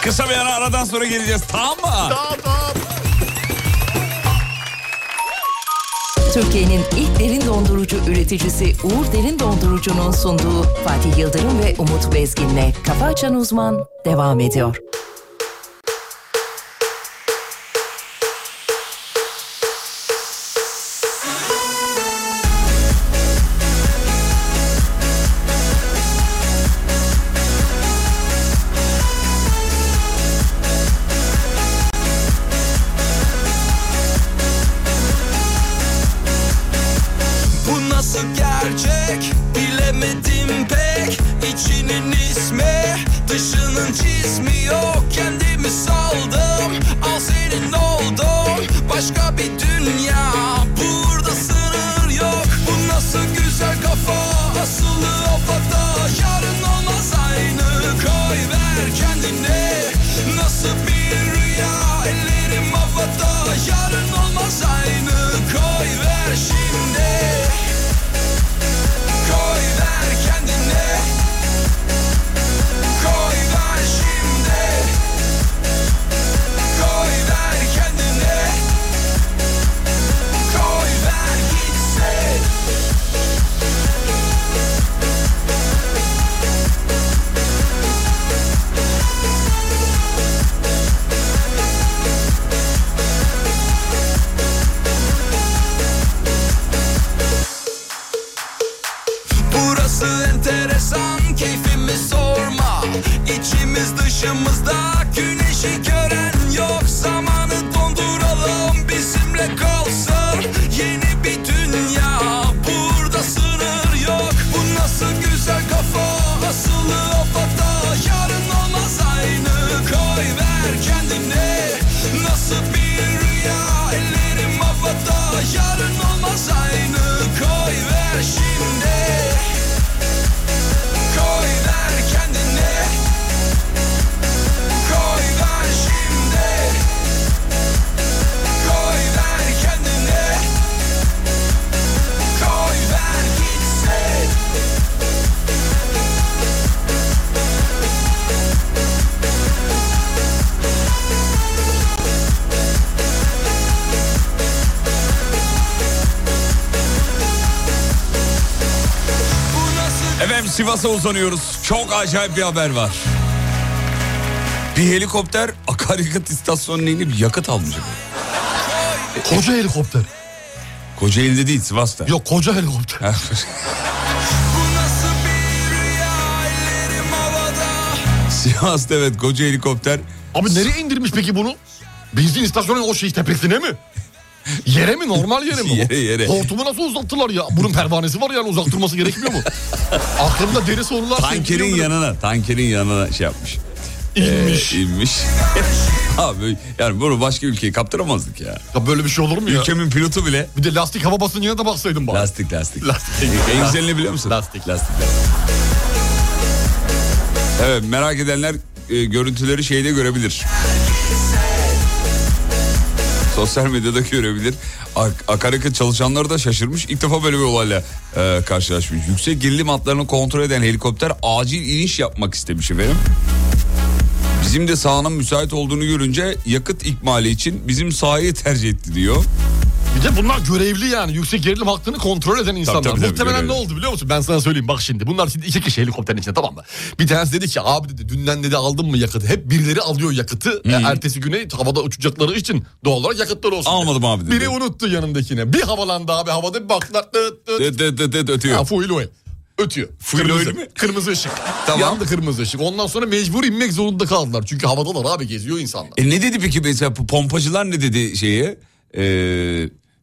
Speaker 2: Kısa bir ara aradan sonra geleceğiz tamam mı?
Speaker 3: Tamam tamam.
Speaker 8: Türkiye'nin ilk derin dondurucu üreticisi Uğur Derin Dondurucu'nun sunduğu Fatih Yıldırım ve Umut Bezgin'le Kafa Açan Uzman devam ediyor.
Speaker 5: Bu nasıl gerçek bilemedim pek İçinin ismi dışının cismi yok Kendimi saldım al senin oldum Başka bir dünya burada sınır yok Bu nasıl güzel kafa asılı havada Yarın olmaz aynı koy ver kendine Nasıl bir rüya ellerim havada Yarın olmaz aynı koy ver şimdi Koy ver kendine Koy ver şimdi Koy ver kendine Koy ver gitsin Burası enteresan keyfimi sorma İçimiz dışımızda güneşi gören yok Zamanı donduralım bizimle kalsın Yeni bir dünya burada sınır yok Bu nasıl güzel kafa asılı afata Yarın olmaz aynı koy ver kendine Nasıl bir rüya ellerim havada Yarın olmaz aynı koy ver şimdi Koy ver kendine Koy ver şimdi Koy ver kendine Koy ver gitsin Bu nasıl
Speaker 2: Efendim Sivas'a uzanıyoruz. Çok acayip bir haber var. Bir helikopter akaryakıt istasyonuna inip yakıt almış.
Speaker 3: Koca helikopter.
Speaker 2: Kocaeli'de değil Sivas'ta.
Speaker 3: Yok koca helikopter.
Speaker 5: bu nasıl bir rüya ellerim havada
Speaker 2: Sivas'ta evet koca helikopter.
Speaker 3: Abi nereye indirmiş peki bunu? Benzin istasyonunun o şey tepesine mi? Yere mi normal yere mi? bu?
Speaker 2: Yere, yere.
Speaker 3: Hortumu nasıl uzattılar ya? Bunun pervanesi var yani uzattırması gerekmiyor mu? Aklımda deri sorular.
Speaker 2: Tankerin
Speaker 3: sevkiliyor bunu.
Speaker 2: yanına, tankerin yanına şey yapmış. İnmiş. inmiş. <laughs> Abi yani bunu başka ülkeye kaptıramazdık ya.
Speaker 3: Ya böyle bir şey olur mu ya?
Speaker 2: Ülkemin pilotu bile
Speaker 3: Bir de lastik hava basıncına da baksaydın bari.
Speaker 2: lastik lastik.
Speaker 3: Lastik.
Speaker 2: En güzelini biliyor musun?
Speaker 3: Lastik.
Speaker 2: Lastik. Evet merak edenler e, görüntüleri şeyde görebilir. Sosyal medyada görebilir. Ak- akaryakıt çalışanları da şaşırmış. İlk defa böyle bir olayla e, karşılaşmış. Yüksek gerilim hatlarını kontrol eden helikopter acil iniş yapmak istemiş efendim. Bizim de sahanın müsait olduğunu görünce yakıt ikmali için bizim sahayı tercih etti diyor.
Speaker 3: Bir de bunlar görevli yani. Yüksek gerilim hattını kontrol eden insanlar.
Speaker 2: tabii, tabii,
Speaker 3: Muhtemelen
Speaker 2: görevli.
Speaker 3: ne oldu biliyor musun? Ben sana söyleyeyim bak şimdi. Bunlar şimdi iki kişi helikopterin içinde tamam mı? Bir tanesi dedi ki abi dedi dünden dedi aldın mı yakıtı? Hep birileri alıyor yakıtı. E,
Speaker 2: Hmm.
Speaker 3: ertesi güne havada uçacakları için doğal olarak yakıtları olsun.
Speaker 2: Almadım abi dedi.
Speaker 3: Biri unuttu yanındakine. Bir havalandı abi havada bir baktılar. Dıt dıt.
Speaker 2: Dıt dıt dıt dıt ötüyor.
Speaker 3: Ha, full oil. Ötüyor.
Speaker 2: Full
Speaker 3: kırmızı.
Speaker 2: oil mi?
Speaker 3: Kırmızı ışık.
Speaker 2: Tamam.
Speaker 3: Yandı kırmızı ışık. Ondan sonra mecbur inmek zorunda kaldılar. Çünkü havadalar abi geziyor insanlar.
Speaker 2: E ne dedi peki mesela bu pompacılar ne dedi şeye? e,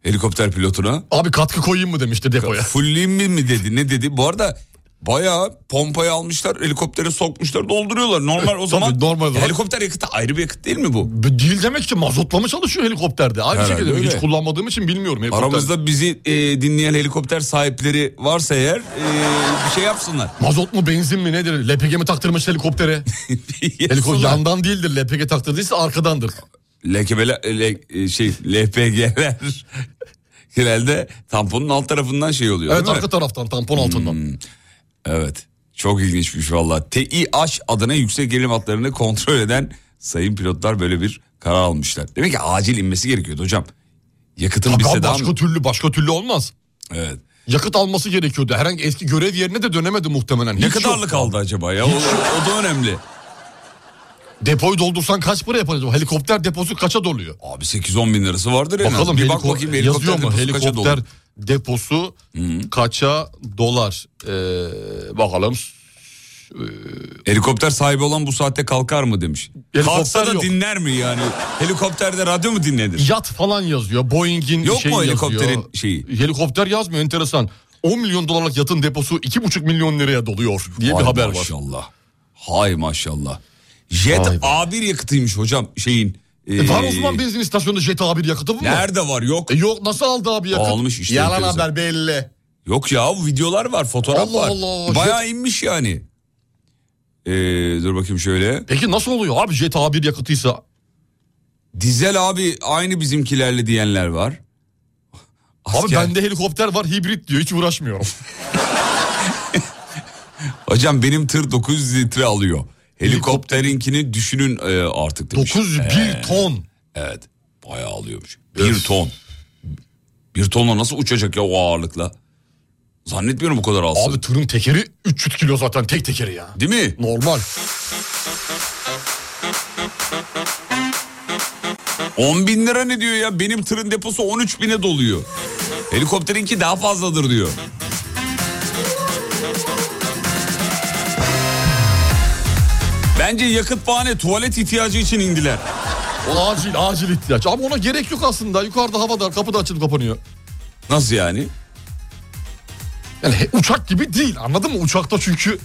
Speaker 2: helikopter pilotuna.
Speaker 3: Abi katkı koyayım mı
Speaker 2: <laughs>
Speaker 3: demişti depoya.
Speaker 2: Fulleyim mi mi dedi ne dedi? Bu arada bayağı pompayı almışlar helikoptere sokmuşlar dolduruyorlar. Normal o zaman
Speaker 3: normal olarak.
Speaker 2: helikopter yakıtı ayrı bir yakıt değil mi bu?
Speaker 3: Değil demek ki mazotlama çalışıyor helikopterde. Aynı
Speaker 2: Herhalde
Speaker 3: şekilde
Speaker 2: öyle.
Speaker 3: hiç kullanmadığım için bilmiyorum helikopter.
Speaker 2: Aramızda bizi e, dinleyen helikopter sahipleri varsa eğer e, bir şey yapsınlar. <laughs>
Speaker 3: Mazot mu benzin mi nedir? LPG mi taktırmış helikoptere? Heliko
Speaker 2: Yapsınlar.
Speaker 3: yandan değildir LPG taktırdıysa arkadandır.
Speaker 2: LKB'ler le- e, şey LPG'ler <laughs> genelde tamponun alt tarafından şey oluyor.
Speaker 3: Evet
Speaker 2: değil mi?
Speaker 3: arka taraftan tampon altından.
Speaker 2: Hmm, Evet. Çok ilginçmiş valla. TİH adına yüksek gerilim hatlarını kontrol eden sayın pilotlar böyle bir karar almışlar. Demek ki acil inmesi gerekiyordu hocam. Yakıtın
Speaker 3: Tabii
Speaker 2: bir
Speaker 3: abi,
Speaker 2: daha
Speaker 3: başka
Speaker 2: mı?
Speaker 3: türlü başka türlü olmaz.
Speaker 2: Evet.
Speaker 3: Yakıt alması gerekiyordu. Herhangi eski görev yerine de dönemedi muhtemelen.
Speaker 2: Ne
Speaker 3: Hiç yok.
Speaker 2: kadarlık aldı acaba ya? O, o da önemli.
Speaker 3: Depoyu doldursan kaç para yapar acaba? Helikopter deposu kaça doluyor?
Speaker 2: Abi 8-10 bin lirası vardır en az.
Speaker 3: Bakalım
Speaker 2: bir
Speaker 3: helikopter,
Speaker 2: bak bakayım helikopter
Speaker 3: yazıyor mu?
Speaker 2: deposu kaça Hmm.
Speaker 3: Helikopter
Speaker 2: dolu?
Speaker 3: deposu kaça dolar? Ee, bakalım.
Speaker 2: Helikopter sahibi olan bu saatte kalkar mı demiş.
Speaker 3: Helikopter
Speaker 2: Kalksa da
Speaker 3: yok.
Speaker 2: dinler mi yani? Helikopterde radyo mu dinlenir?
Speaker 3: Yat falan yazıyor. Boeing'in
Speaker 2: Yok mu
Speaker 3: şeyi
Speaker 2: helikopterin
Speaker 3: yazıyor.
Speaker 2: şeyi?
Speaker 3: Helikopter yazmıyor enteresan. 10 milyon dolarlık yatın deposu 2,5 milyon liraya doluyor diye
Speaker 2: Hay
Speaker 3: bir haber var.
Speaker 2: maşallah. Hay maşallah. Jet
Speaker 3: Vay be.
Speaker 2: A1 yakıtıymış hocam şeyin.
Speaker 3: E, var
Speaker 2: ee,
Speaker 3: o zaman benzin istasyonunda Jet abi yakıtı mı? var?
Speaker 2: Nerede var yok.
Speaker 3: E yok nasıl aldı abi yakıt?
Speaker 2: Almış işte
Speaker 3: Yalan
Speaker 2: enteresan.
Speaker 3: haber belli.
Speaker 2: Yok ya videolar var fotoğraf
Speaker 3: Allah
Speaker 2: var.
Speaker 3: Allah,
Speaker 2: Bayağı inmiş yani. Ee, dur bakayım şöyle.
Speaker 3: Peki nasıl oluyor abi Jet A1 yakıtıysa?
Speaker 2: Dizel abi aynı bizimkilerle diyenler var.
Speaker 3: Abi
Speaker 2: Asker-
Speaker 3: bende helikopter var hibrit diyor hiç uğraşmıyorum.
Speaker 2: Hocam benim tır 900 litre alıyor. Helikopterinkini düşünün e, artık demiş. Ee.
Speaker 3: 901 ton.
Speaker 2: Evet. Bayağı alıyormuş. Bir ton. Bir tonla nasıl uçacak ya o ağırlıkla? Zannetmiyorum bu kadar alsın.
Speaker 3: Abi tırın tekeri 300 kilo zaten tek tekeri ya.
Speaker 2: Değil mi?
Speaker 3: Normal.
Speaker 2: 10 bin lira ne diyor ya? Benim tırın deposu 13 bine doluyor. Helikopterinki daha fazladır diyor. Bence yakıt bahane tuvalet ihtiyacı için indiler.
Speaker 3: O acil acil ihtiyaç. Abi ona gerek yok aslında. Yukarıda havadar kapı da açılıp kapanıyor.
Speaker 2: Nasıl yani?
Speaker 3: Yani he- uçak gibi değil anladın mı? Uçakta çünkü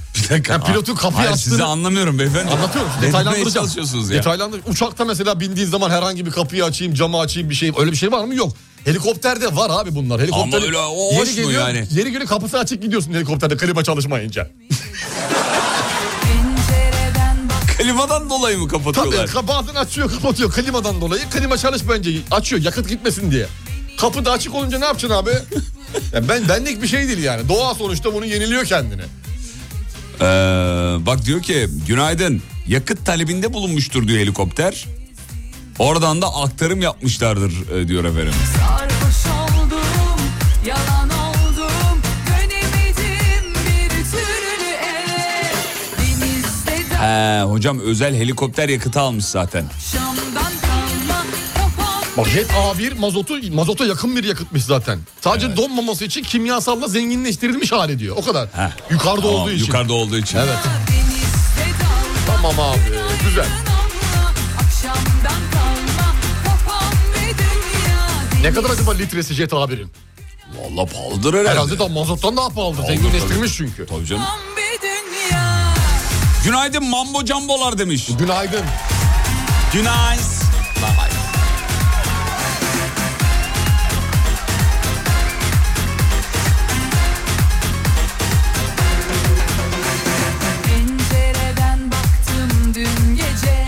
Speaker 3: yani pilotun kapıyı
Speaker 2: Hayır sizi
Speaker 3: açtığını...
Speaker 2: anlamıyorum beyefendi.
Speaker 3: Anlatıyorum.
Speaker 2: Ne demeye
Speaker 3: Detaylandıracağım.
Speaker 2: çalışıyorsunuz ya?
Speaker 3: Detaylandır- Uçakta mesela bindiğin zaman herhangi bir kapıyı açayım, camı açayım bir şey. Öyle bir şey var mı? Yok. Helikopterde var abi bunlar. Helikopter
Speaker 2: öyle o hoş mu yani?
Speaker 3: Yeri geliyor kapısı açık gidiyorsun helikopterde klima çalışmayınca.
Speaker 2: Klimadan dolayı mı
Speaker 3: Tabii
Speaker 2: kapatıyorlar?
Speaker 3: ka- bazen açıyor <laughs> kapatıyor klimadan dolayı. Klima çalışmayınca açıyor yakıt gitmesin diye. Kapı da açık olunca ne yapacaksın
Speaker 2: <laughs>
Speaker 3: abi? Ya ben benlik bir şey değil yani. Doğa sonuçta bunu yeniliyor kendini.
Speaker 2: Ee, bak diyor ki günaydın yakıt talebinde bulunmuştur diyor helikopter. Oradan da aktarım yapmışlardır e, diyor efendim.
Speaker 1: Sarhoş oldum, yalan oldum, dönemedim bir türlü eve. Denizde de
Speaker 2: He, Ee, hocam özel helikopter yakıtı almış zaten.
Speaker 1: akşamdan kalma kafam
Speaker 3: Bak Jet A1 mazotu, mazota yakın bir yakıtmış zaten. Sadece donmaması için kimyasalla zenginleştirilmiş hali diyor. O kadar.
Speaker 2: Heh.
Speaker 3: Yukarıda
Speaker 2: Tamam,
Speaker 3: olduğu için.
Speaker 2: Yukarıda olduğu için.
Speaker 3: Evet.
Speaker 1: denizde dalga.
Speaker 3: Tamam abi Ee, güzel.
Speaker 1: Yanımla, Akşamdan kalma kafam ve dünya.
Speaker 3: Ne kadar acaba litresi Jet A1'in?
Speaker 2: Valla pahalıdır herhalde.
Speaker 3: Herhalde daha mazottan daha pahalı. Zenginleştirmiş çünkü.
Speaker 2: Tabii canım.
Speaker 1: Kafam ve dünya.
Speaker 2: Günaydın mambo cambolar demiş.
Speaker 3: Günaydın.
Speaker 2: Günaydın.
Speaker 1: Pencereden baktım dün gece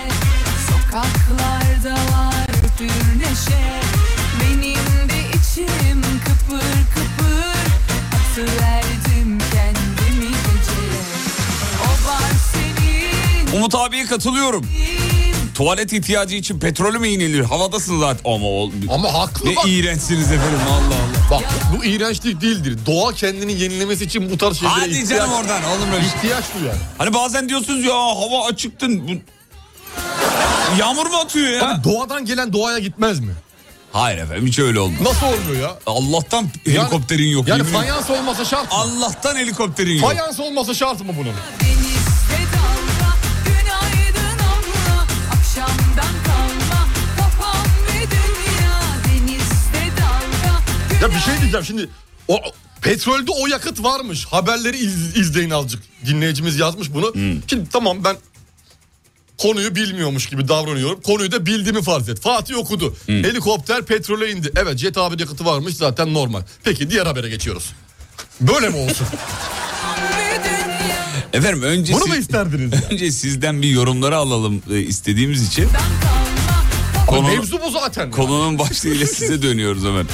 Speaker 1: Sokaklarda var bir neşe Benim de içim kıpır kıpır Atıverdim kendimi gece O var senin
Speaker 2: Umut abiye katılıyorum. Tuvalet ihtiyacı için petrolü mü inilir? Havadasın zaten. Ama o...
Speaker 3: Ama haklı
Speaker 2: Ne
Speaker 3: bak.
Speaker 2: iğrençsiniz efendim Allah Allah.
Speaker 3: Bak bu iğrençlik değildir. Doğa kendini yenilemesi için bu tarz şeylere
Speaker 2: Hadi
Speaker 3: ihtiyaç,
Speaker 2: canım oradan olur mu öyle şey?
Speaker 3: ihtiyaç duyar.
Speaker 2: Hani bazen diyorsunuz ya hava açıktın. Bu... Yağmur mu atıyor ya?
Speaker 3: Abi doğadan gelen doğaya gitmez mi?
Speaker 2: Hayır efendim hiç öyle olmaz.
Speaker 3: Nasıl olmuyor ya?
Speaker 2: Allah'tan helikopterin yok.
Speaker 3: Yani
Speaker 2: yemin ediyorum.
Speaker 3: fayans olmasa şart mı?
Speaker 2: Allah'tan helikopterin yok.
Speaker 3: Fayans olmasa şart mı bunun?
Speaker 1: denizde dalga Günaydın abla Akşamdan kalma Kafam ve dünya Denizde dalga
Speaker 3: Ya bir şey diyeceğim şimdi. O, petrolde o yakıt varmış. Haberleri iz- izleyin azıcık. Dinleyicimiz yazmış bunu.
Speaker 2: Hmm.
Speaker 3: Şimdi tamam ben konuyu bilmiyormuş gibi davranıyorum. Konuyu da bildiğimi farz et. Fatih okudu.
Speaker 2: Hmm.
Speaker 3: Helikopter petrole indi. Evet jet abi yakıtı varmış zaten normal. Peki diğer habere geçiyoruz. Böyle mi olsun?
Speaker 2: <laughs>
Speaker 1: ve dünya
Speaker 2: Efendim önce,
Speaker 3: Bunu mu
Speaker 2: siz-
Speaker 3: isterdiniz?
Speaker 2: önce sizden bir yorumları alalım e, istediğimiz için.
Speaker 3: Abi
Speaker 2: Konu-
Speaker 3: mevzu bu zaten.
Speaker 2: Konunun başlığıyla size dönüyoruz hemen.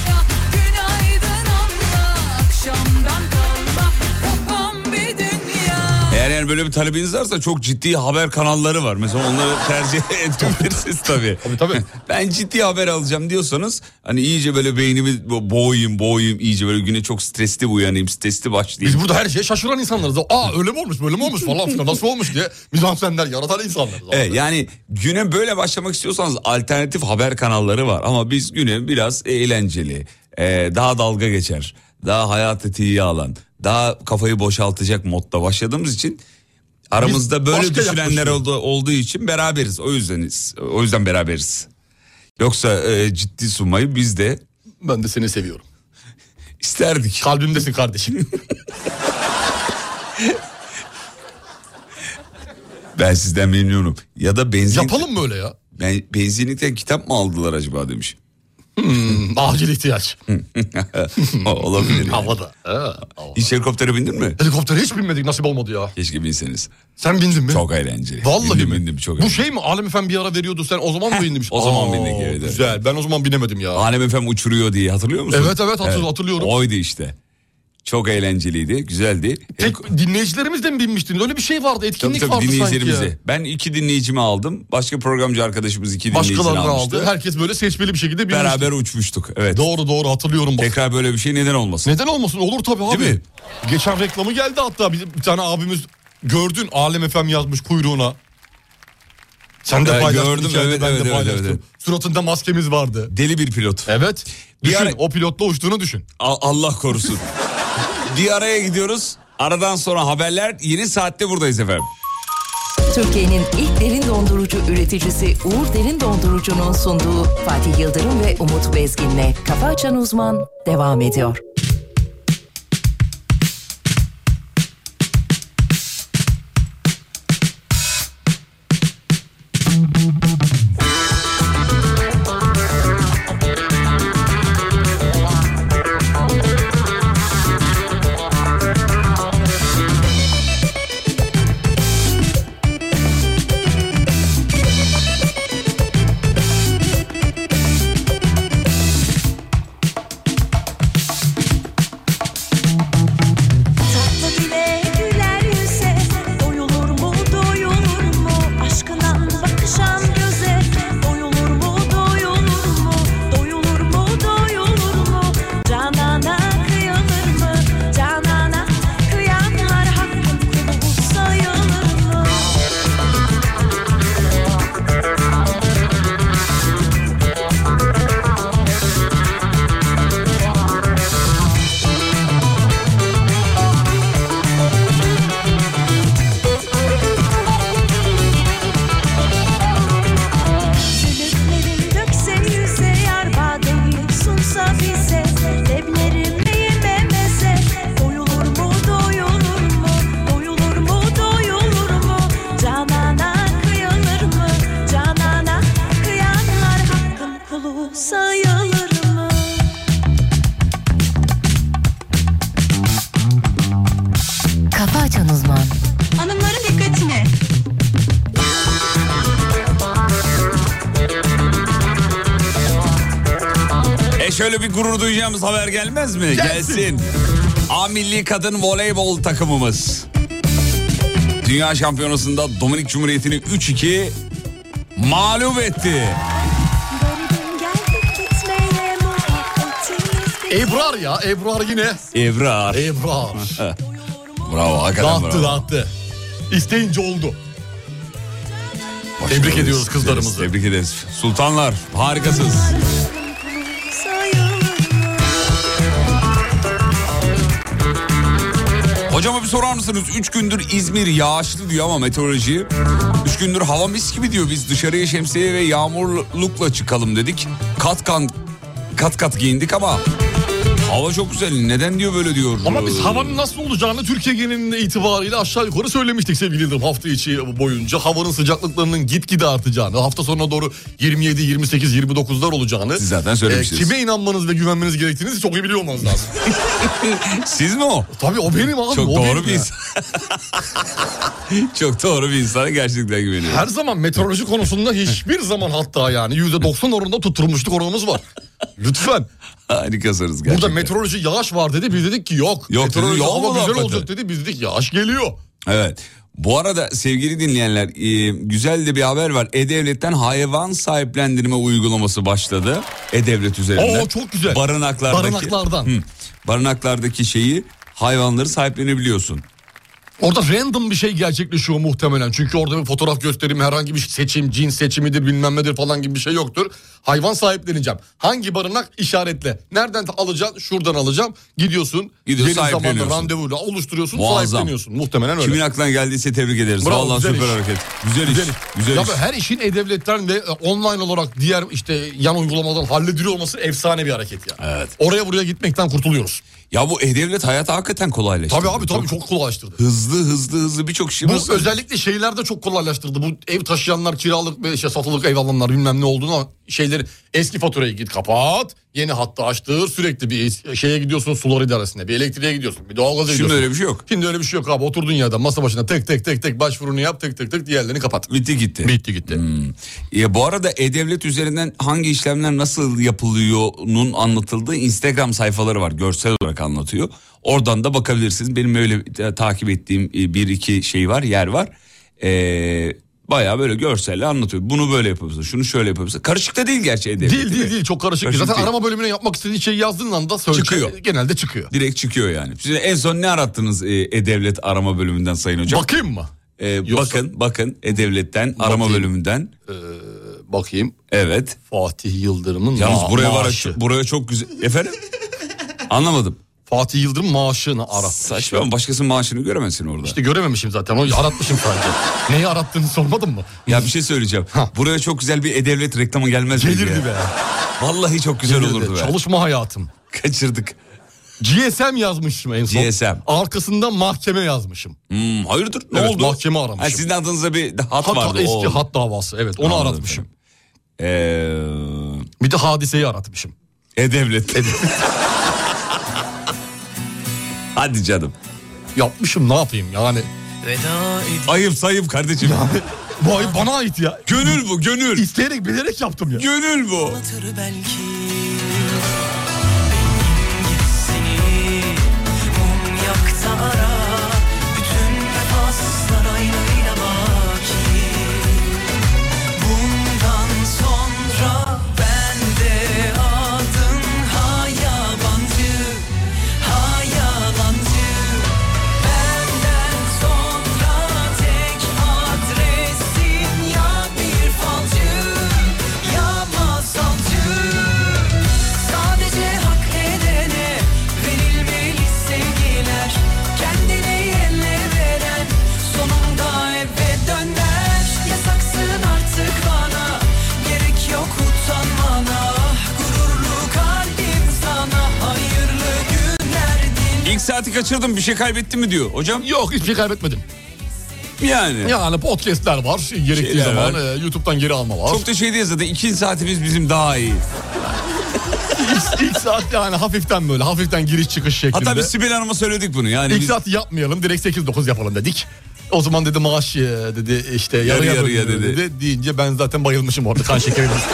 Speaker 1: Günaydın abla, akşamdan kalma, kafam bir dünya.
Speaker 2: Eğer Eğer yani böyle bir talebiniz varsa çok ciddi haber kanalları var. Mesela onları tercih <laughs> edebilirsiniz tabii. Tabii
Speaker 3: tabii.
Speaker 2: <laughs> ben ciddi haber alacağım diyorsanız hani iyice böyle beynimi bo- boğayım boğayım iyice böyle güne çok stresli uyanayım stresli başlayayım.
Speaker 3: Biz burada her şeye şaşıran insanlarız. Aa öyle mi olmuş böyle mi olmuş falan filan nasıl olmuş diye mizansenler yaratan insanlarız.
Speaker 2: Evet, yani güne böyle başlamak istiyorsanız alternatif haber kanalları var ama biz güne biraz eğlenceli, e, daha dalga geçer, daha hayatı tiye alan, daha kafayı boşaltacak modda başladığımız için aramızda
Speaker 3: Biz
Speaker 2: böyle
Speaker 3: başka
Speaker 2: düşünenler
Speaker 3: yaklaşıyoruz.
Speaker 2: oldu, olduğu için beraberiz. O yüzdeniz. O yüzden beraberiz. Yoksa e, ciddi sunmayı biz de
Speaker 3: Ben de seni seviyorum.
Speaker 2: isterdik. <laughs>
Speaker 3: Kalbimdesin kardeşim.
Speaker 2: Ben sizden memnunum. Ya da benzin
Speaker 3: Yapalım mı öyle ya?
Speaker 2: ben, benzinlikten kitap mı aldılar acaba demiş.
Speaker 3: Acil ihtiyaç.
Speaker 2: O- Olabilir. yani.
Speaker 3: Havada. Ee, havada.
Speaker 2: Hiç helikoptere bindin mi?
Speaker 3: Helikoptere hiç binmedik nasip olmadı ya.
Speaker 2: Keşke binseniz.
Speaker 3: Sen bindin mi?
Speaker 2: Çok eğlenceli.
Speaker 3: Vallahi
Speaker 2: bindim,
Speaker 3: mi?
Speaker 2: bindim çok
Speaker 3: Bu
Speaker 2: eğlenceli.
Speaker 3: şey mi? Alem Efem bir ara veriyordu sen o zaman mı bindin?
Speaker 2: o zaman
Speaker 3: Aa,
Speaker 2: bindik, evet, evet.
Speaker 3: Güzel ben o zaman binemedim ya.
Speaker 2: Hanem efem uçuruyor diye hatırlıyor musun?
Speaker 3: Evet, evet, hatır- hatırlıyorum.
Speaker 2: Oydu işte. Çok eğlenceliydi, güzeldi.
Speaker 3: Tek
Speaker 2: Helik-
Speaker 3: dinleyicilerimiz de mi binmiştz? Öyle bir şey vardı
Speaker 2: Tabii
Speaker 3: etkinlik
Speaker 2: tabii
Speaker 3: vardı sanki.
Speaker 2: dinleyicilerimizi.
Speaker 3: ya.
Speaker 2: Ben iki dinleyicimi aldım. Başka programcı arkadaşımız iki dinleyicini
Speaker 3: Başkalarını
Speaker 2: almıştı.
Speaker 3: aldı. Herkes böyle seçmeli bir şekilde binmişti.
Speaker 2: Beraber uçmuştuk. Evet.
Speaker 3: Doğru doğru hatırlıyorum. bak.
Speaker 2: Tekrar böyle bir şey neden olmasın?
Speaker 3: Neden olmasın? Olur tabii abi.
Speaker 2: Değil mi?
Speaker 3: Geçen reklamı geldi hatta bir, bir tane abimiz gördün Alem Efem yazmış kuyruğuna. Sen de
Speaker 2: Ben
Speaker 3: paylaştın.
Speaker 2: gördüm,
Speaker 3: hikayede,
Speaker 2: evet,
Speaker 3: ben
Speaker 2: evet,
Speaker 3: de
Speaker 2: evet,
Speaker 3: paylaştım.
Speaker 2: evet,
Speaker 3: Suratında maskemiz vardı.
Speaker 2: Deli bir pilot.
Speaker 3: Evet.
Speaker 2: Bir
Speaker 3: Düşün
Speaker 2: ara-
Speaker 3: o pilotla uçtuğunu düşün.
Speaker 2: A- Allah korusun. <laughs> bir araya gidiyoruz. Aradan sonra haberler yeni saatte buradayız efendim.
Speaker 8: Türkiye'nin ilk derin dondurucu üreticisi Uğur Derin Dondurucu'nun sunduğu Fatih Yıldırım ve Umut Bezgin'le Kafa Açan Uzman devam ediyor.
Speaker 4: Tatlı dile güler yüze Doyulur mu doyulur mu Aşkından bakışan göze Doyulur mu doyulur mu Doyulur mu doyulur mu Canana kıyılır mı Canana kıyanlar Hakkın kulu sayılır mı Gülüklerim dökse yüze yar bademlik sunsa bize Leblerim değmemese Doyulur mu doyulur mu Doyulur mu doyulur mu Canana kıyılır mı Canana kıyanlar hakkın kulu sayılır mı
Speaker 8: Kafa Açan Uzman
Speaker 4: Hanımların dikkatine.
Speaker 2: E şöyle bir gurur duyacağımız haber gelmez mi? Gelsin. A milli kadın voleybol takımımız. Dünya şampiyonasında Dominik Cumhuriyeti'ni 3-2 mağlup etti.
Speaker 4: Garibim geldik gitmeye muhabbetimiz bir-
Speaker 3: Ebrar ya Ebrar yine.
Speaker 2: Evrar.
Speaker 3: Ebrar.
Speaker 2: Bravo hakikaten
Speaker 3: E, dağıttı
Speaker 2: bravo.
Speaker 3: dağıttı. İsteyince oldu.
Speaker 2: Başarılı.
Speaker 3: Tebrik ediyoruz kızlarımızı.
Speaker 2: Tebrik ederiz. Sultanlar harikasınız.
Speaker 4: Sayılır mı?
Speaker 2: Hocama bir sorar mısınız? 3 gündür İzmir yağışlı diyor ama meteoroloji. 3 gündür hava mis gibi diyor. Biz dışarıya şemsiye ve yağmurlukla çıkalım dedik. Kat kan, kat kat giyindik ama hava çok güzel. Neden diyor böyle diyor.
Speaker 3: Ama biz
Speaker 2: Ee,
Speaker 3: havanın nasıl olacağını Türkiye genelinde itibariyle aşağı yukarı söylemiştik sevgili Yıldırım hafta içi boyunca. Havanın sıcaklıklarının gitgide artacağını, hafta sonuna doğru 27, 28, 29'lar olacağını. e,
Speaker 2: Siz zaten söylemiştiniz.
Speaker 3: kime inanmanız ve güvenmeniz gerektiğini çok iyi biliyor
Speaker 2: <laughs>
Speaker 3: olmanız lazım.
Speaker 2: Siz mi o?
Speaker 3: Tabii o benim abi.
Speaker 2: Çok
Speaker 3: o
Speaker 2: doğru
Speaker 3: benim
Speaker 2: bir
Speaker 3: ya.
Speaker 2: insan. <laughs> Çok doğru bir insana gerçekten güveniyorum.
Speaker 3: Her zaman meteoroloji konusunda hiçbir zaman hatta yani %90 oranında tutturmuşluk
Speaker 2: <laughs>
Speaker 3: oranımız var. Lütfen.
Speaker 2: Harikasınız gerçekten.
Speaker 3: Burada meteoroloji yağış var dedi biz dedik ki yok.
Speaker 2: Yok dedi,
Speaker 3: meteoroloji
Speaker 2: yağmur
Speaker 3: hava güzel
Speaker 2: hakikaten.
Speaker 3: olacak dedi biz dedik yağış geliyor.
Speaker 2: Evet. Bu arada sevgili dinleyenler e, güzel de bir haber var. E-Devlet'ten hayvan sahiplendirme uygulaması başladı. E-Devlet üzerinden.
Speaker 3: Oo, çok güzel.
Speaker 2: Barınaklardaki,
Speaker 3: Barınaklardan.
Speaker 2: Hı. barınaklardaki şeyi hayvanları sahiplenebiliyorsun.
Speaker 3: Orada random bir şey gerçekleşiyor muhtemelen. Çünkü orada bir fotoğraf gösterimi herhangi bir seçim, cin seçimidir bilmem nedir falan gibi bir şey yoktur. Hayvan sahipleneceğim. Hangi barınak işaretle. Nereden alacaksın? Şuradan alacağım. Gidiyorsun.
Speaker 2: Gidiyor,
Speaker 3: yeni zamanda
Speaker 2: sahipleniyorsun.
Speaker 3: randevuyla oluşturuyorsun.
Speaker 2: Muazzam.
Speaker 3: Sahipleniyorsun. Muhtemelen öyle.
Speaker 2: Kimin aklına geldiyse tebrik ederiz.
Speaker 3: Bravo,
Speaker 2: Vallahi
Speaker 3: güzel
Speaker 2: süper
Speaker 3: iş.
Speaker 2: hareket. Güzel,
Speaker 3: Güzel
Speaker 2: iş.
Speaker 3: iş.
Speaker 2: Güzel
Speaker 3: Ya
Speaker 2: iş.
Speaker 3: böyle her işin e-devletlerden ve e, online olarak diğer işte yan uygulamadan hallediliyor olması efsane bir hareket ya.
Speaker 2: Evet.
Speaker 3: Oraya buraya gitmekten kurtuluyoruz.
Speaker 2: Ya bu E-Devlet hayatı hakikaten kolaylaştı.
Speaker 3: Tabii abi tabii çok kolaylaştırdı.
Speaker 2: Hızlı hızlı hızlı birçok şey.
Speaker 3: Bu özellikle şeylerde çok kolaylaştırdı. Bu ev taşıyanlar, kiralık ve işte satılık ev alanlar bilmem ne olduğunu ama şeyleri eski faturayı git kapat. Yeni hattı açtır. Sürekli bir es- şeye gidiyorsun sular idaresine. Bir elektriğe gidiyorsun. Bir doğalgaza
Speaker 2: Şimdi
Speaker 3: gidiyorsun.
Speaker 2: öyle bir şey yok.
Speaker 3: Şimdi öyle bir şey yok abi. Oturduğun yerden masa başına tek tek tek tek başvurunu yap. Tek tek tek diğerlerini kapat.
Speaker 2: Bitti Hmm. gitti.
Speaker 3: Bitti gitti.
Speaker 2: Ya bu arada E-Devlet üzerinden hangi işlemler nasıl yapılıyor'nun anlatıldığı Instagram sayfaları var. Görsel olarak anlatıyor. Oradan da bakabilirsiniz. Benim öyle ta- takip ettiğim e, bir iki şey var, yer var. Ee, bayağı böyle görselle anlatıyor. Bunu böyle yapabilirsin, şunu şöyle yapabilirsin. Karışık da değil gerçi E-Devlet.
Speaker 3: Değil değil
Speaker 2: mi?
Speaker 3: değil çok karışık.
Speaker 2: Karışık
Speaker 3: Zaten
Speaker 2: değil.
Speaker 3: arama bölümüne yapmak istediğin şeyi yazdığın anda söyle-
Speaker 2: Çıkıyor.
Speaker 3: genelde çıkıyor.
Speaker 2: Direkt çıkıyor yani. Siz en son ne arattınız e, E-Devlet arama bölümünden Sayın Hocam?
Speaker 3: Bakayım mı?
Speaker 2: Ee,
Speaker 3: yoksa-
Speaker 2: bakın, bakın E-Devlet'ten arama
Speaker 3: Bakayım.
Speaker 2: bölümünden.
Speaker 3: Bakayım.
Speaker 2: Evet.
Speaker 3: Fatih Yıldırım'ın
Speaker 2: Yalnız
Speaker 3: ma-
Speaker 2: buraya var,
Speaker 3: maaşı.
Speaker 2: buraya çok güzel.
Speaker 3: <laughs>
Speaker 2: Efendim? Anlamadım.
Speaker 3: Fatih Yıldırım maaşını arat.
Speaker 2: Saçma ama başkasının maaşını göremezsin orada.
Speaker 3: İşte görememişim zaten. Onu
Speaker 2: <laughs>
Speaker 3: aratmışım sadece. Neyi arattığını sormadın mı?
Speaker 2: Ya bir şey söyleyeceğim. Buraya çok güzel bir e-devlet reklamı gelmez miydi
Speaker 3: Gelirdi
Speaker 2: ya?
Speaker 3: be.
Speaker 2: Vallahi çok güzel olurdu be.
Speaker 3: Çalışma hayatım.
Speaker 2: Kaçırdık.
Speaker 3: GSM yazmışım en son.
Speaker 2: GSM.
Speaker 3: Arkasından mahkeme yazmışım.
Speaker 2: Hmm, hayırdır? Ne
Speaker 3: Evet,
Speaker 2: oldu?
Speaker 3: mahkeme aramışım.
Speaker 2: Ha, sizin adınıza bir hat
Speaker 3: Hat,
Speaker 2: vardı.
Speaker 3: eski
Speaker 2: o oldu.
Speaker 3: hat davası. Evet onu
Speaker 2: Anladım
Speaker 3: aratmışım.
Speaker 2: efendim. Ee,
Speaker 3: Bir de hadiseyi aratmışım.
Speaker 2: e-devlet. <laughs> Hadi canım.
Speaker 3: Yapmışım ne yapayım yani.
Speaker 2: Ayıp sayıp kardeşim.
Speaker 3: Bu ay bana ait ya.
Speaker 2: gönül bu gönül.
Speaker 3: İsteyerek bilerek yaptım ya.
Speaker 2: Gönül bu.
Speaker 4: Hatır belki Benim gibisini Mum yakta ara Bütün vefasızlar aynayla baki Bundan sonra ben de adın ha yabancı Ha yalancı Benden sonra tek adresin ya bir falcı Ya masalcı Sadece hak edene verilmeli sevgiler Kendini yerle veren sonunda eve döner Yasaksın artık bana gerek yok utanmana Gururlu kalbim sana hayırlı günler diler
Speaker 2: İlk saati kaçırdım bir şey kaybettim mi diyor. Hocam
Speaker 3: Yok hiçbir şey kaybetmedim.
Speaker 2: yani.
Speaker 3: Yani podcastler var. Gerektiği
Speaker 2: Şeyler
Speaker 3: zaman
Speaker 2: var.
Speaker 3: e, YouTube'dan geri alma var.
Speaker 2: Çok da şey değil zaten ikinci saatimiz bizim daha iyi.
Speaker 3: İlk saat yani hafiften böyle hafiften giriş çıkış şeklinde.
Speaker 2: Hatta biz Sibel Hanım'a söyledik bunu. Yani
Speaker 3: İlk
Speaker 2: biz-
Speaker 3: saat yapmayalım direkt 8-9 yapalım dedik. O zaman dedi maaş e, dedi işte yarı yarıya,
Speaker 2: yarıya
Speaker 3: bölünüyor
Speaker 2: dedi.
Speaker 3: dedi. Deyince ben zaten bayılmışım orada kan şekerim.
Speaker 2: <laughs>
Speaker 3: düşmüş.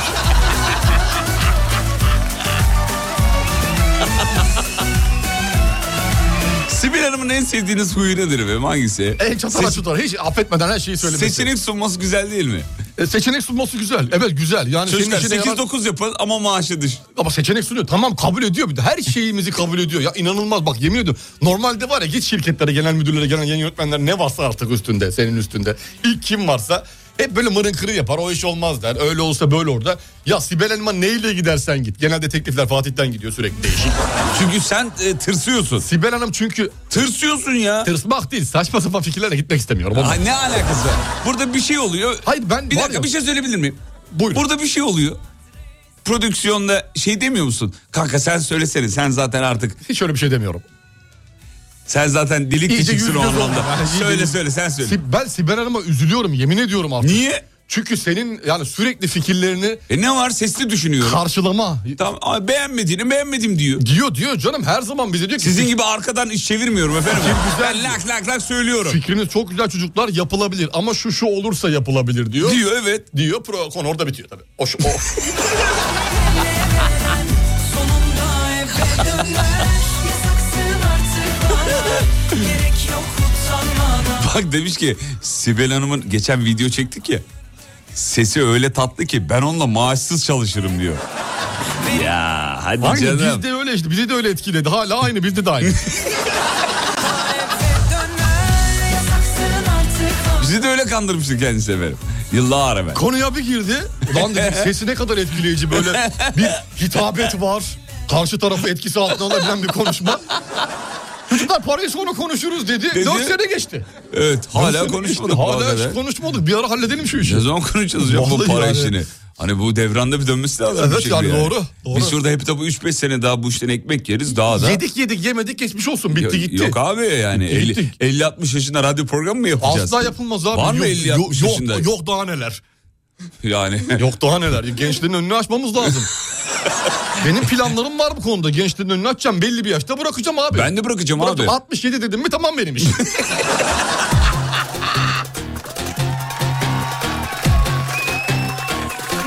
Speaker 2: Sibel Hanım'ın en sevdiğiniz huyu nedir efendim hangisi?
Speaker 3: en çatar
Speaker 2: Seç-
Speaker 3: açılar hiç affetmeden her şeyi söylemesi. Seçenek,
Speaker 2: Seçenek sunması güzel değil mi?
Speaker 3: seçenek sunması güzel. Evet güzel. Yani senin
Speaker 2: Çocuklar
Speaker 3: işine yarar-
Speaker 2: 8-9 yapın ama maaşı düş.
Speaker 3: Ama seçenek sunuyor. Tamam kabul ediyor bir de. Her şeyimizi kabul ediyor. Ya inanılmaz bak yemin ediyorum. Normalde var ya git şirketlere, genel müdürlere, genel yayın yönetmenler ne varsa artık üstünde, senin üstünde. İlk kim varsa hep böyle mırın kırı yapar. O iş olmaz der. Öyle olsa böyle orada. Ya Sibel Elma neyle gidersen git. Genelde teklifler Fatih'ten gidiyor sürekli değişik.
Speaker 2: Çünkü sen e, tırsıyorsun.
Speaker 3: Sibel Hanım çünkü
Speaker 2: Tırsıyorsun ya.
Speaker 3: tırsmak değil saçma sapan fikirlerle gitmek istemiyorum.
Speaker 2: Ay, ne alakası var? Burada bir şey oluyor.
Speaker 3: Hayır, ben
Speaker 2: bir
Speaker 3: var
Speaker 2: dakika
Speaker 3: ya-
Speaker 2: bir şey söyleyebilir miyim?
Speaker 3: Buyurun.
Speaker 2: Burada bir şey oluyor. Prodüksiyonda şey demiyor musun? Kanka sen söylesene sen zaten artık
Speaker 3: Hiç öyle bir şey demiyorum.
Speaker 2: sen zaten delik
Speaker 3: İyice
Speaker 2: küçüksün o
Speaker 3: yüzde zorla.
Speaker 2: anlamda.
Speaker 3: Yani iyice
Speaker 2: söyle
Speaker 3: yüzde-
Speaker 2: söyle sen söyle.
Speaker 3: Si- Ben Sibel Hanım'a üzülüyorum yemin ediyorum artık.
Speaker 2: Niye?
Speaker 3: Çünkü senin yani sürekli fikirlerini
Speaker 2: E ne var sesli düşünüyorum.
Speaker 3: karşılama
Speaker 2: Tamam ama beğenmediğini beğenmedim diyor.
Speaker 3: diyor diyor canım her zaman bize diyor ki
Speaker 2: Sizin gibi arkadan iş çevirmiyorum efendim.
Speaker 3: Kim
Speaker 2: Ben
Speaker 3: güzel
Speaker 2: lak lak lak söylüyorum.
Speaker 3: fikriniz çok güzel çocuklar yapılabilir ama şu şu olursa yapılabilir diyor.
Speaker 2: Diyor evet.
Speaker 3: Diyor pro konu orada bitiyor tabii. O,
Speaker 2: <laughs>
Speaker 3: şu- o.
Speaker 4: Sonunda eve döner Yasaksın artık bana Gerek yok utanmana
Speaker 2: Bak demiş ki Sibel Hanım'ın geçen video çektik ya. Sesi öyle tatlı ki ben onunla maaşsız çalışırım diyor. Ya hadi
Speaker 3: Aynı
Speaker 2: canım.
Speaker 3: bizde öyle işte. Bizi de öyle etkiledi. Hala aynı bizde
Speaker 2: <laughs>
Speaker 3: de aynı.
Speaker 2: Bizi de öyle kandırmıştı kendisi efendim. Yıllar evvel.
Speaker 3: Konuya bir girdi. Lan dedim sesi ne kadar etkileyici böyle bir hitabet var. Karşı tarafı etkisi altına alabilen bir konuşma. Çocuklar parayı sonra konuşuruz dedi.
Speaker 2: Dedi.
Speaker 3: 4 sene geçti.
Speaker 2: Evet
Speaker 3: Dört
Speaker 2: hala
Speaker 3: sene
Speaker 2: konuşmadık.
Speaker 3: geçti.
Speaker 2: bu
Speaker 3: Hala
Speaker 2: arada.
Speaker 3: hiç konuşmadık. Bir ara halledelim şu işi.
Speaker 2: Ne zaman konuşacağız ya bu
Speaker 3: Vallahi
Speaker 2: para
Speaker 3: yani.
Speaker 2: işini? Hani bu devranda bir dönmesi lazım.
Speaker 3: Evet
Speaker 2: bir şekilde
Speaker 3: yani doğru, doğru.
Speaker 2: Biz şurada hep tabii 3-5 sene daha bu işten ekmek yeriz daha da.
Speaker 3: Yedik yedik yemedik geçmiş olsun bitti
Speaker 2: Yo-
Speaker 3: gitti.
Speaker 2: Yok abi yani
Speaker 3: Bitti,
Speaker 2: 50,
Speaker 3: gittik.
Speaker 2: 50 60 yaşında radyo programı mı yapacağız?
Speaker 3: Asla yapılmaz abi.
Speaker 2: Var mı
Speaker 3: Yok-
Speaker 2: 50
Speaker 3: yok-
Speaker 2: 60
Speaker 3: yok,
Speaker 2: yaşında?
Speaker 3: Yok daha neler.
Speaker 2: Yani
Speaker 3: Yok daha neler. Gençlerin önünü açmamız lazım. Benim planlarım var bu konuda. Gençlerin önünü açacağım. Belli bir yaşta bırakacağım
Speaker 2: <laughs>
Speaker 3: abi.
Speaker 2: ben de bırakacağım
Speaker 3: Bırakın,
Speaker 2: abi.
Speaker 3: 67 dedim mi tamam benim işim.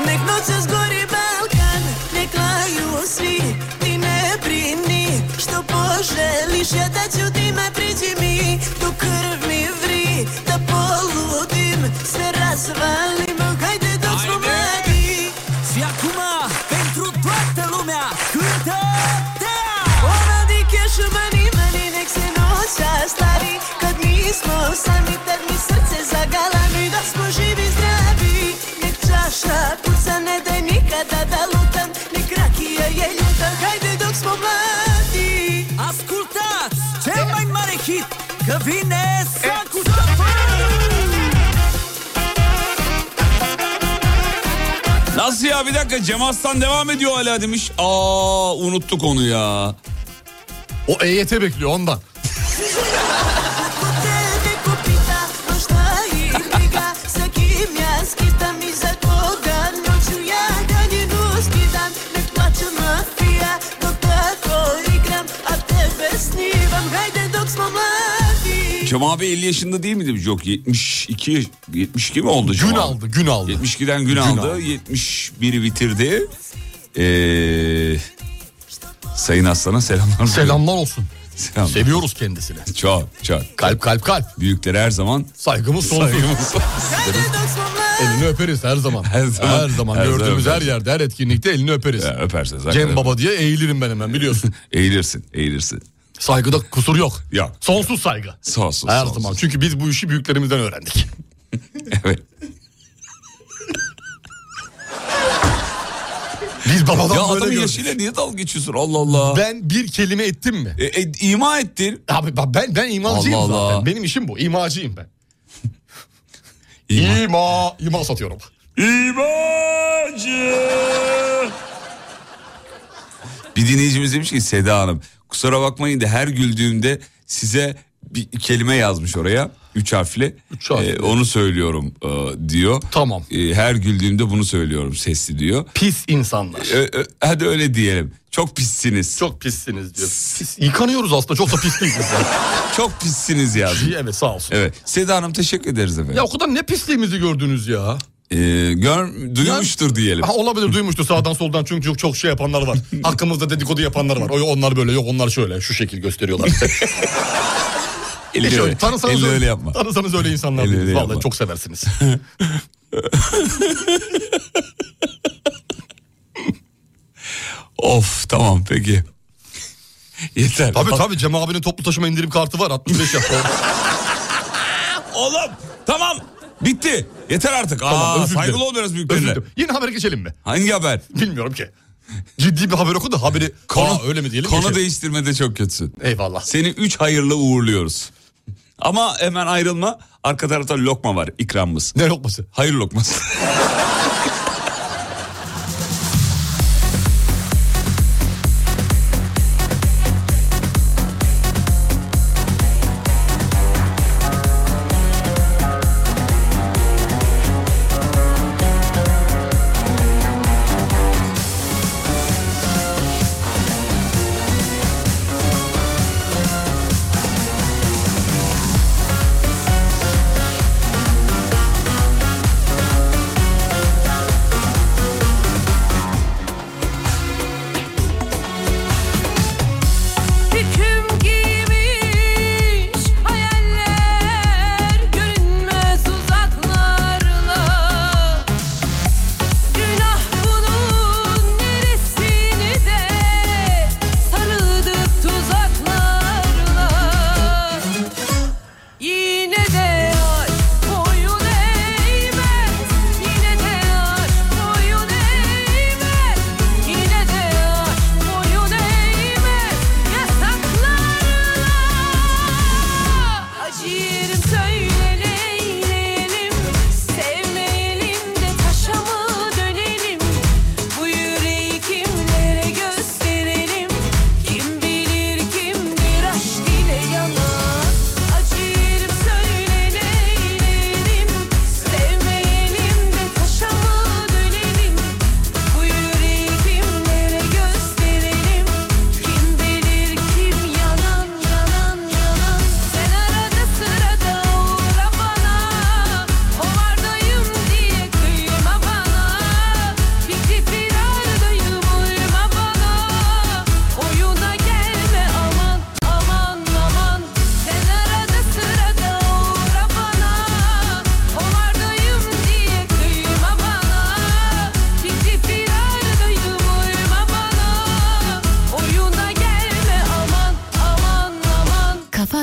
Speaker 1: Nekdo čez gori Balkan, nek laju svi, ti ne brini što poželiš, ja da ću ti me priđi mi, tu krv mi vri, da poludim, sve razvalim, hajde dok smo
Speaker 5: Hajde!
Speaker 1: mladi.
Speaker 5: Și acum, pentru toată lumea, cântă
Speaker 1: Ona dik još u meni, meni nek se noća slavi, kad nismo sami, tad mi srce zagalami, da smo živi zdravi. Nek čaša puca, ne daj nikada da lutam, nek rakija je ljuta, hajde dok smo mladi.
Speaker 5: Ascultați cel mai mare hit Că vine Sacu
Speaker 2: Nasıl ya bir dakika Cem Aslan devam ediyor hala demiş. Aa unuttuk onu ya.
Speaker 3: o EYT bekliyor ondan.
Speaker 1: Ako tebe ko pita, ma šta ih briga, sa kim ja skitam i za koga, noću ja daljinu skidam, nek plaća mafija, dok tako igram, a tebe snivam, hajde dok smo mladi.
Speaker 2: Cem abi 50 yaşında değil mi demiş. Yok 72 yaş- 72 mi oldu Cem
Speaker 3: Gün
Speaker 2: abi?
Speaker 3: aldı gün aldı.
Speaker 2: 72'den gün, aldı. 71'i bitirdi. Ee, Sayın Aslan'a selamlar.
Speaker 3: Selamlar olsun.
Speaker 2: Selam.
Speaker 3: Seviyoruz kendisini.
Speaker 2: Çok çok.
Speaker 3: Kalp kalp kalp.
Speaker 2: Büyüklere her zaman
Speaker 3: Saygımız sonsuz.
Speaker 2: saygımız.
Speaker 1: Hajde dok smo mladi.
Speaker 3: Elini öperiz her zaman.
Speaker 2: Her zaman.
Speaker 3: Her zaman.
Speaker 2: Her
Speaker 3: Gördüğümüz
Speaker 2: zaman.
Speaker 3: her yerde her etkinlikte elini öperiz.
Speaker 2: Ya, öpersiniz.
Speaker 3: Cem
Speaker 2: hakikaten.
Speaker 3: Baba diye eğilirim ben
Speaker 2: <laughs>
Speaker 3: hemen biliyorsun.
Speaker 2: Eğilirsin, eğilirsin.
Speaker 3: Saygıda kusur yok.
Speaker 2: Yok.
Speaker 3: Sonsuz saygı.
Speaker 2: Sağ olsun.
Speaker 3: Her
Speaker 2: sağ olsun.
Speaker 3: zaman. Çünkü biz bu işi büyüklerimizden öğrendik. <laughs>
Speaker 2: Evet.
Speaker 3: Biz babadan
Speaker 2: Ya
Speaker 3: böyle
Speaker 2: adamın
Speaker 3: gördük.
Speaker 2: yaşıyla niye dalga geçiyorsun? Allah Allah.
Speaker 3: Ben bir kelime ettim mi?
Speaker 2: E, e, ima ettin.
Speaker 3: Abi bak ben ben imacıyım
Speaker 2: Allah
Speaker 3: zaten.
Speaker 2: Allah.
Speaker 3: Benim işim bu. İmacıyım ben.
Speaker 2: İma.
Speaker 3: İma, ima satıyorum.
Speaker 2: İmacı. Bir dinleyicimiz demiş ki Seda Hanım kusura bakmayın da her güldüğümde size bir kelime yazmış oraya. Üç harfli.
Speaker 3: Üç harfli.
Speaker 2: E, onu söylüyorum e, diyor.
Speaker 3: Tamam.
Speaker 2: E, her güldüğümde bunu söylüyorum sesli diyor.
Speaker 3: Pis insanlar.
Speaker 2: E, e, hadi öyle diyelim. Çok pissiniz. Çok,
Speaker 3: Çok pissiniz diyor. Pis- Yıkanıyoruz aslında. Çok da pis değiliz. yani.
Speaker 2: pissiniz yazmış.
Speaker 3: evet sağ olsun.
Speaker 2: Evet. Seda Hanım teşekkür ederiz efendim.
Speaker 3: Ya o kadar ne pisliğimizi gördünüz ya.
Speaker 2: Ee, gör, duymuştur diyelim.
Speaker 3: Ha, olabilir duymuştu sağdan soldan çünkü çok, çok şey
Speaker 2: <laughs>
Speaker 3: yapanlar var. Hakkımızda dedikodu yapanlar var. O, onlar böyle yok onlar şöyle şu şekil
Speaker 2: <laughs>
Speaker 3: gösteriyorlar.
Speaker 2: Eli
Speaker 3: Şöyle,
Speaker 2: öyle,
Speaker 3: tanısanız
Speaker 2: eli öyle yapma.
Speaker 3: Tanısanız öyle insanlar
Speaker 2: Eli
Speaker 3: değiliz.
Speaker 2: öyle
Speaker 3: Vallahi
Speaker 2: yapma. <laughs>
Speaker 3: çok seversiniz.
Speaker 2: Of tamam peki. Yeter.
Speaker 3: tabii tabii Cem abinin toplu taşıma indirim kartı
Speaker 2: <laughs>
Speaker 3: var 65 yaş.
Speaker 2: Oğlum tamam bitti. Yeter artık.
Speaker 3: Tamam,
Speaker 2: Aa,
Speaker 3: özür dilerim.
Speaker 2: saygılı ol biraz
Speaker 3: Özür
Speaker 2: büyüklerine.
Speaker 3: dilerim. Yine haber geçelim mi?
Speaker 2: Hangi haber?
Speaker 3: Bilmiyorum ki. Ciddi bir haber oku da haberi konu, öyle mi diyelim?
Speaker 2: Konu
Speaker 3: geçelim.
Speaker 2: değiştirmede çok kötüsün.
Speaker 3: Eyvallah.
Speaker 2: Seni 3 hayırlı uğurluyoruz. Ama hemen ayrılma. Arka tarafta lokma var ikramımız.
Speaker 3: Ne lokması?
Speaker 2: Hayır lokması.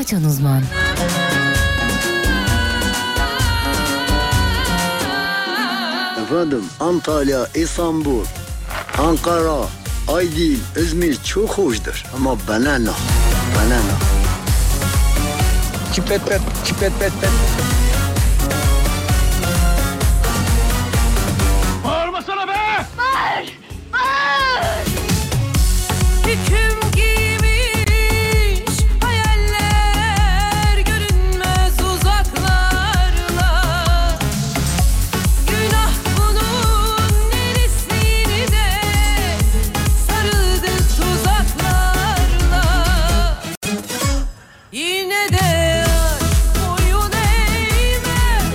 Speaker 8: açan uzman.
Speaker 9: Efendim Antalya, İstanbul, Ankara, Aydın, İzmir çok hoştur. Ama bana ne? Bana ne?
Speaker 10: Çipet pet, çipet pet pet.
Speaker 1: Bağırmasana be! Bağır! Bağır! Hüküm giymiş hayaller görünmez uzaklarla Günah bunun neresini de sarıldı tuzaklarla Yine de aşk boyun eğmez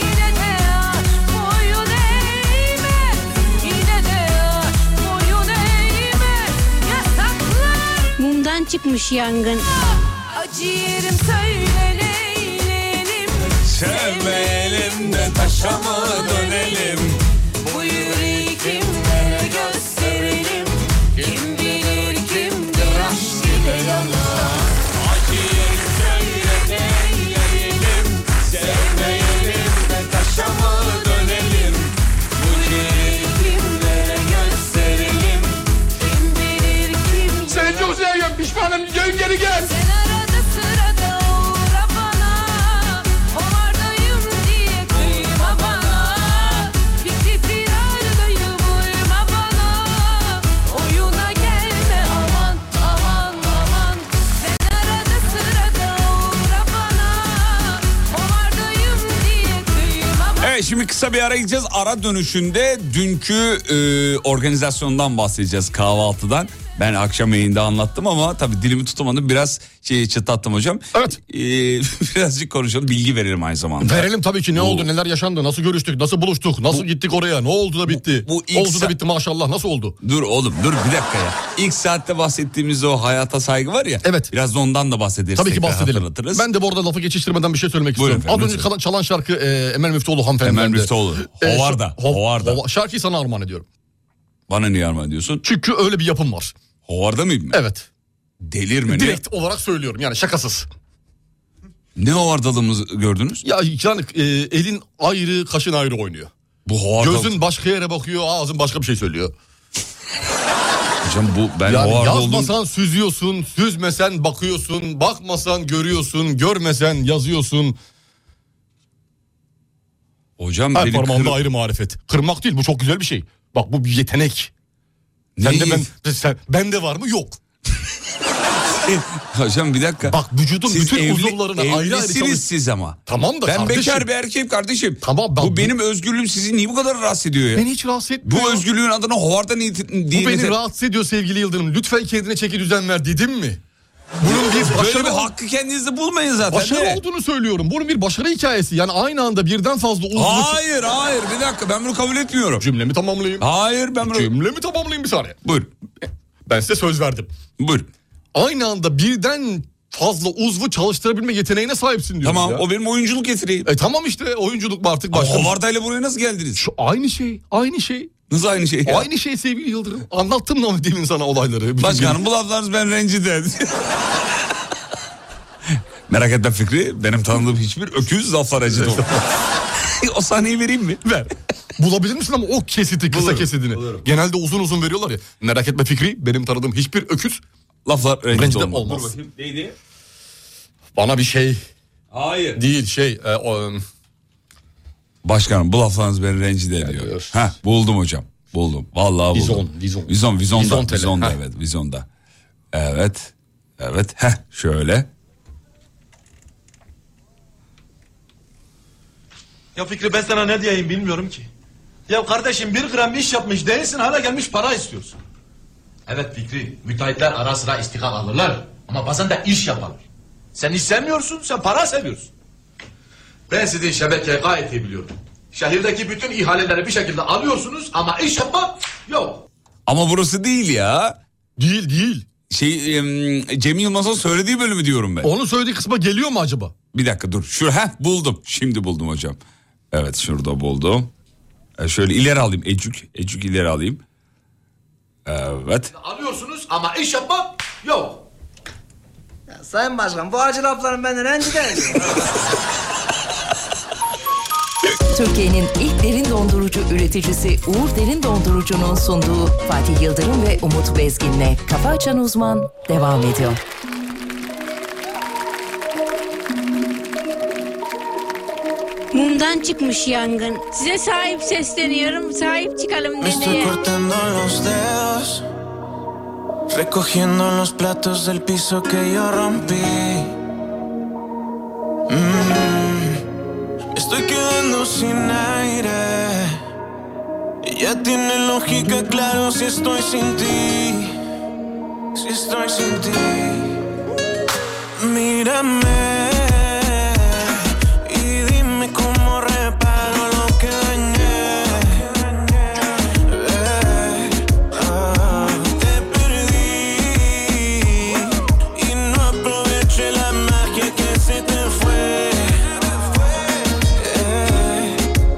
Speaker 1: Yine de aşk boyun eğmez Yine de aşk boyun eğmez Yasaklar
Speaker 11: Mumdan çıkmış yangın.
Speaker 1: acı yerim söyle neyleyelim
Speaker 2: Sevmeyelim de taşa mı dönelim?
Speaker 1: Bu yüreği kimlere gösterelim Kim bilir kimdir aşk ile yalan Acı yerim söyle neyleyelim Sevmeyelim de taşa mı dönelim Bu yüreği kimlere gösterelim Kim bilir kimdir
Speaker 3: Sen çok sevgen pişmanım dön geri gel.
Speaker 1: Sen arada sırada uğra bana Ovardayım diye kıyma bana Bitti firardayım uyma bana Oyuna gelme aman aman aman Sen arada sırada uğra bana Ovardayım diye kıyma bana
Speaker 2: Evet şimdi kısa bir ara gideceğiz. Ara dönüşünde dünkü e, organizasyondan bahsedeceğiz kahvaltıdan. Ben akşam yayında anlattım ama tabii dilimi tutamadım. Biraz şey çıtlattım hocam. Evet. <laughs> birazcık konuşalım. Bilgi verelim aynı zamanda.
Speaker 3: Verelim tabii ki ne oldu neler yaşandı nasıl görüştük nasıl buluştuk nasıl gittik oraya ne oldu da bitti.
Speaker 2: bu ilk
Speaker 3: oldu da
Speaker 2: sa-
Speaker 3: bitti maşallah nasıl oldu.
Speaker 2: Dur oğlum dur bir dakika ya. İlk saatte bahsettiğimiz o hayata saygı var ya. Evet. Biraz da ondan da bahsederiz.
Speaker 3: Tabii ki
Speaker 2: tekrar
Speaker 3: bahsedelim.
Speaker 2: hatırlatırız.
Speaker 3: Ben de bu arada lafı geçiştirmeden bir şey söylemek
Speaker 2: Buyurun
Speaker 3: istiyorum.
Speaker 2: efendim,
Speaker 3: Az önce
Speaker 2: lütfen.
Speaker 3: kalan- çalan şarkı e, Emel Müftüoğlu E, hanımefendi.
Speaker 2: Emel Müftüoğlu. Hovarda, Hovarda.
Speaker 3: şarkıyı sana armağan ediyorum.
Speaker 2: Bana niye armağan ediyorsun?
Speaker 3: Çünkü öyle bir yapım var.
Speaker 2: Hovarda mıyım ben?
Speaker 3: Evet.
Speaker 2: Delirme. Ne,
Speaker 3: Direkt olarak söylüyorum yani şakasız.
Speaker 2: ne hovardalığımız gördünüz?
Speaker 3: Ya yani e, elin ayrı kaşın ayrı oynuyor.
Speaker 2: Bu hovardalık.
Speaker 3: Gözün başka yere bakıyor ağzın başka bir şey söylüyor.
Speaker 2: Hocam bu ben
Speaker 3: yani
Speaker 2: hovarda olduğum-
Speaker 3: yazmasan süzüyorsun, süzmesen bakıyorsun, bakmasan görüyorsun, görmesen yazıyorsun.
Speaker 2: Hocam
Speaker 3: Her
Speaker 2: benim
Speaker 3: parmağında
Speaker 2: kır-
Speaker 3: ayrı marifet. Kırmak değil bu çok güzel bir şey. Bak bu bir yetenek. Sen de
Speaker 2: Neyi?
Speaker 3: ben, sen, bende var mı? Yok.
Speaker 2: Hocam bir dakika.
Speaker 3: Bak vücudun
Speaker 2: Siz
Speaker 3: bütün
Speaker 2: evli-
Speaker 3: uzuvlarına ayrı ayrı
Speaker 2: evlisiniz
Speaker 3: çalış-
Speaker 2: siz ama.
Speaker 3: Tamam da
Speaker 2: ben
Speaker 3: kardeşim.
Speaker 2: bekar bir erkeğim kardeşim.
Speaker 3: Tamam, ben-
Speaker 2: bu benim özgürlüğüm sizi niye bu kadar rahatsız ediyor ya?
Speaker 3: Beni hiç rahatsız etmiyor.
Speaker 2: Bu özgürlüğün adına hovarda niye
Speaker 3: Bu beni
Speaker 2: niye-
Speaker 3: rahatsız ediyor sevgili Yıldırım. Lütfen kendine çeki düzen ver dedim mi? Bunun bir
Speaker 2: Böyle
Speaker 3: başarı,
Speaker 2: bir hakkı kendinizde bulmayın zaten.
Speaker 3: başarı
Speaker 2: de.
Speaker 3: olduğunu söylüyorum. Bunun bir başarı hikayesi. Yani aynı anda birden fazla uzvu...
Speaker 2: Hayır hayır bir dakika ben bunu kabul etmiyorum.
Speaker 3: Cümlemi tamamlayayım.
Speaker 2: Hayır ben bunu...
Speaker 3: Cümlemi tamamlayayım bir saniye.
Speaker 2: Buyur.
Speaker 3: Ben size söz verdim.
Speaker 2: Buyur.
Speaker 3: Aynı anda birden fazla uzvu çalıştırabilme yeteneğine sahipsin diyorum
Speaker 2: Tamam
Speaker 3: ya.
Speaker 2: o benim oyunculuk getireyim.
Speaker 3: E tamam işte oyunculuk mu artık
Speaker 2: Ama
Speaker 3: başka?
Speaker 2: Hovardayla buraya nasıl geldiniz?
Speaker 3: Şu aynı şey, aynı şey.
Speaker 2: Nasıl aynı şey ya?
Speaker 3: Aynı şey sevgili Yıldırım. Anlattım da demin sana olayları. Bütün
Speaker 2: Başkanım bu laflarınız ben rencide. <laughs> Merak etme Fikri. Benim tanıdığım hiçbir öküz laflar rencide olmaz. <laughs> o sahneyi vereyim mi?
Speaker 3: gün- Ver. Bulabilir misin ama o kesiti, kısa
Speaker 2: Bulurum,
Speaker 3: kesitini.
Speaker 2: bulurum.
Speaker 3: Genelde uzun uzun veriyorlar ya. Merak etme Fikri, benim tanıdığım hiçbir öküz
Speaker 2: Laflar rencide,
Speaker 3: rencide
Speaker 2: olmaz.
Speaker 3: olmaz.
Speaker 2: Dur bakayım, Neydi?
Speaker 3: Bana bir şey
Speaker 2: Hayır.
Speaker 3: değil, şey... e, o, e,
Speaker 2: Başkanım bu laflarınız beni rencide ediyor.
Speaker 3: diyor.
Speaker 2: Ha buldum hocam. Buldum. Vallahi buldum.
Speaker 3: Vizon, vizon.
Speaker 2: Vizon, vizonda.
Speaker 3: Vizon tele,
Speaker 2: vizonda,
Speaker 3: ha.
Speaker 2: evet, vizonda. Evet. Evet. Heh, şöyle.
Speaker 5: Ya Fikri ben sana ne diyeyim bilmiyorum ki. Ya kardeşim bir gram iş yapmış değilsin hala gelmiş para istiyorsun. Evet Fikri müteahhitler ara sıra istikal alırlar. Ama bazen de iş yaparlar. Sen iş sevmiyorsun sen para seviyorsun. Ben sizin şebekeyi gayet iyi biliyorum. Şehirdeki bütün ihaleleri bir şekilde alıyorsunuz ama iş yapma yok.
Speaker 2: Ama burası değil ya.
Speaker 3: değil, değil.
Speaker 2: Şey em, Cem Yılmaz'ın söylediği bölümü diyorum ben.
Speaker 3: Onun söylediği kısma geliyor mu acaba?
Speaker 2: Bir dakika dur. Şu ha buldum. Şimdi buldum hocam. Evet şurada buldum. E, şöyle ileri alayım. Ecük. Ecük ileri alayım. Evet.
Speaker 5: Alıyorsunuz ama iş yapma yok.
Speaker 10: Sayın Başkan bu acı lafların benden rencide ediyor.
Speaker 8: Türkiye'nin ilk derin dondurucu üreticisi Uğur Derin Dondurucu'nun sunduğu Fatih Yıldırım ve Umut Bezgin'le Kafa Açan Uzman devam ediyor.
Speaker 11: Mumdan çıkmış yangın. Size sahip sesleniyorum. Sahip çıkalım
Speaker 4: Me estoy
Speaker 11: deneye.
Speaker 4: cortando los dedos, recogiendo los platos del piso que yo rompí. Mm, me estoy quedando sin aire. Y Ya tiene lógica, claro, si estoy sin ti. Si estoy sin ti. Mírame. Y dime cómo reparo lo que dañé. Eh, ah, Te perdí y no aproveché la magia que se te fue. Eh,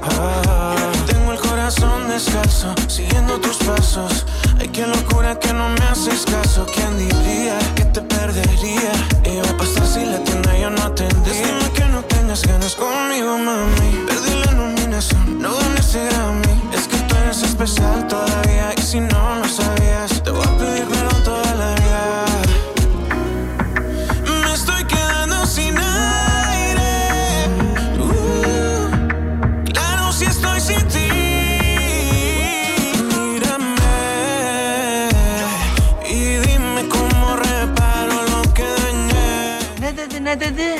Speaker 4: ah, Tengo el corazón descalzo, siguiendo tus pasos. Ay, qué locura que no me haces caso. ¿Quién diría que te perdería? Iba a pasar si la tienda yo no atendí. Lástima que no tengas ganas conmigo, mami. Perdí la nominación, no gané ese Grammy. Es que tú eres especial todavía. Y si no lo sabías, te voy a pedir perdón toda la vida. Me estoy quedando sin aire. Uh, claro, si estoy sin ti. Mírame y dime cómo reparo lo que dañé.
Speaker 10: ne dedi ne dedi?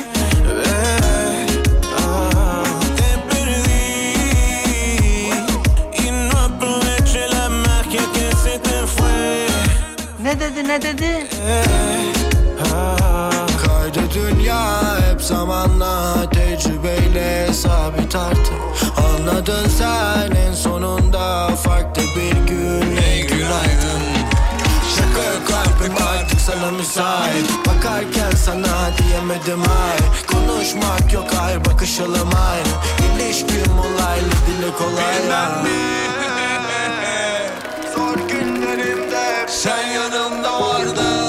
Speaker 4: Eh, ah, te perdí y no aproveché la magia que se te fue.
Speaker 10: Ne dedi ne dedi?
Speaker 4: Kaydı
Speaker 12: dünya hep zamanla tecrübeyle sabit artık Anladın sen en sonunda farklı bir gün ey günaydın Şaka kalbim artık sana müsait Bakarken sana diyemedim ay Konuşmak yok ay bakış alamay İlişkim olaylı dile kolay ya. Zor günlerimde hep sen yanımda vardın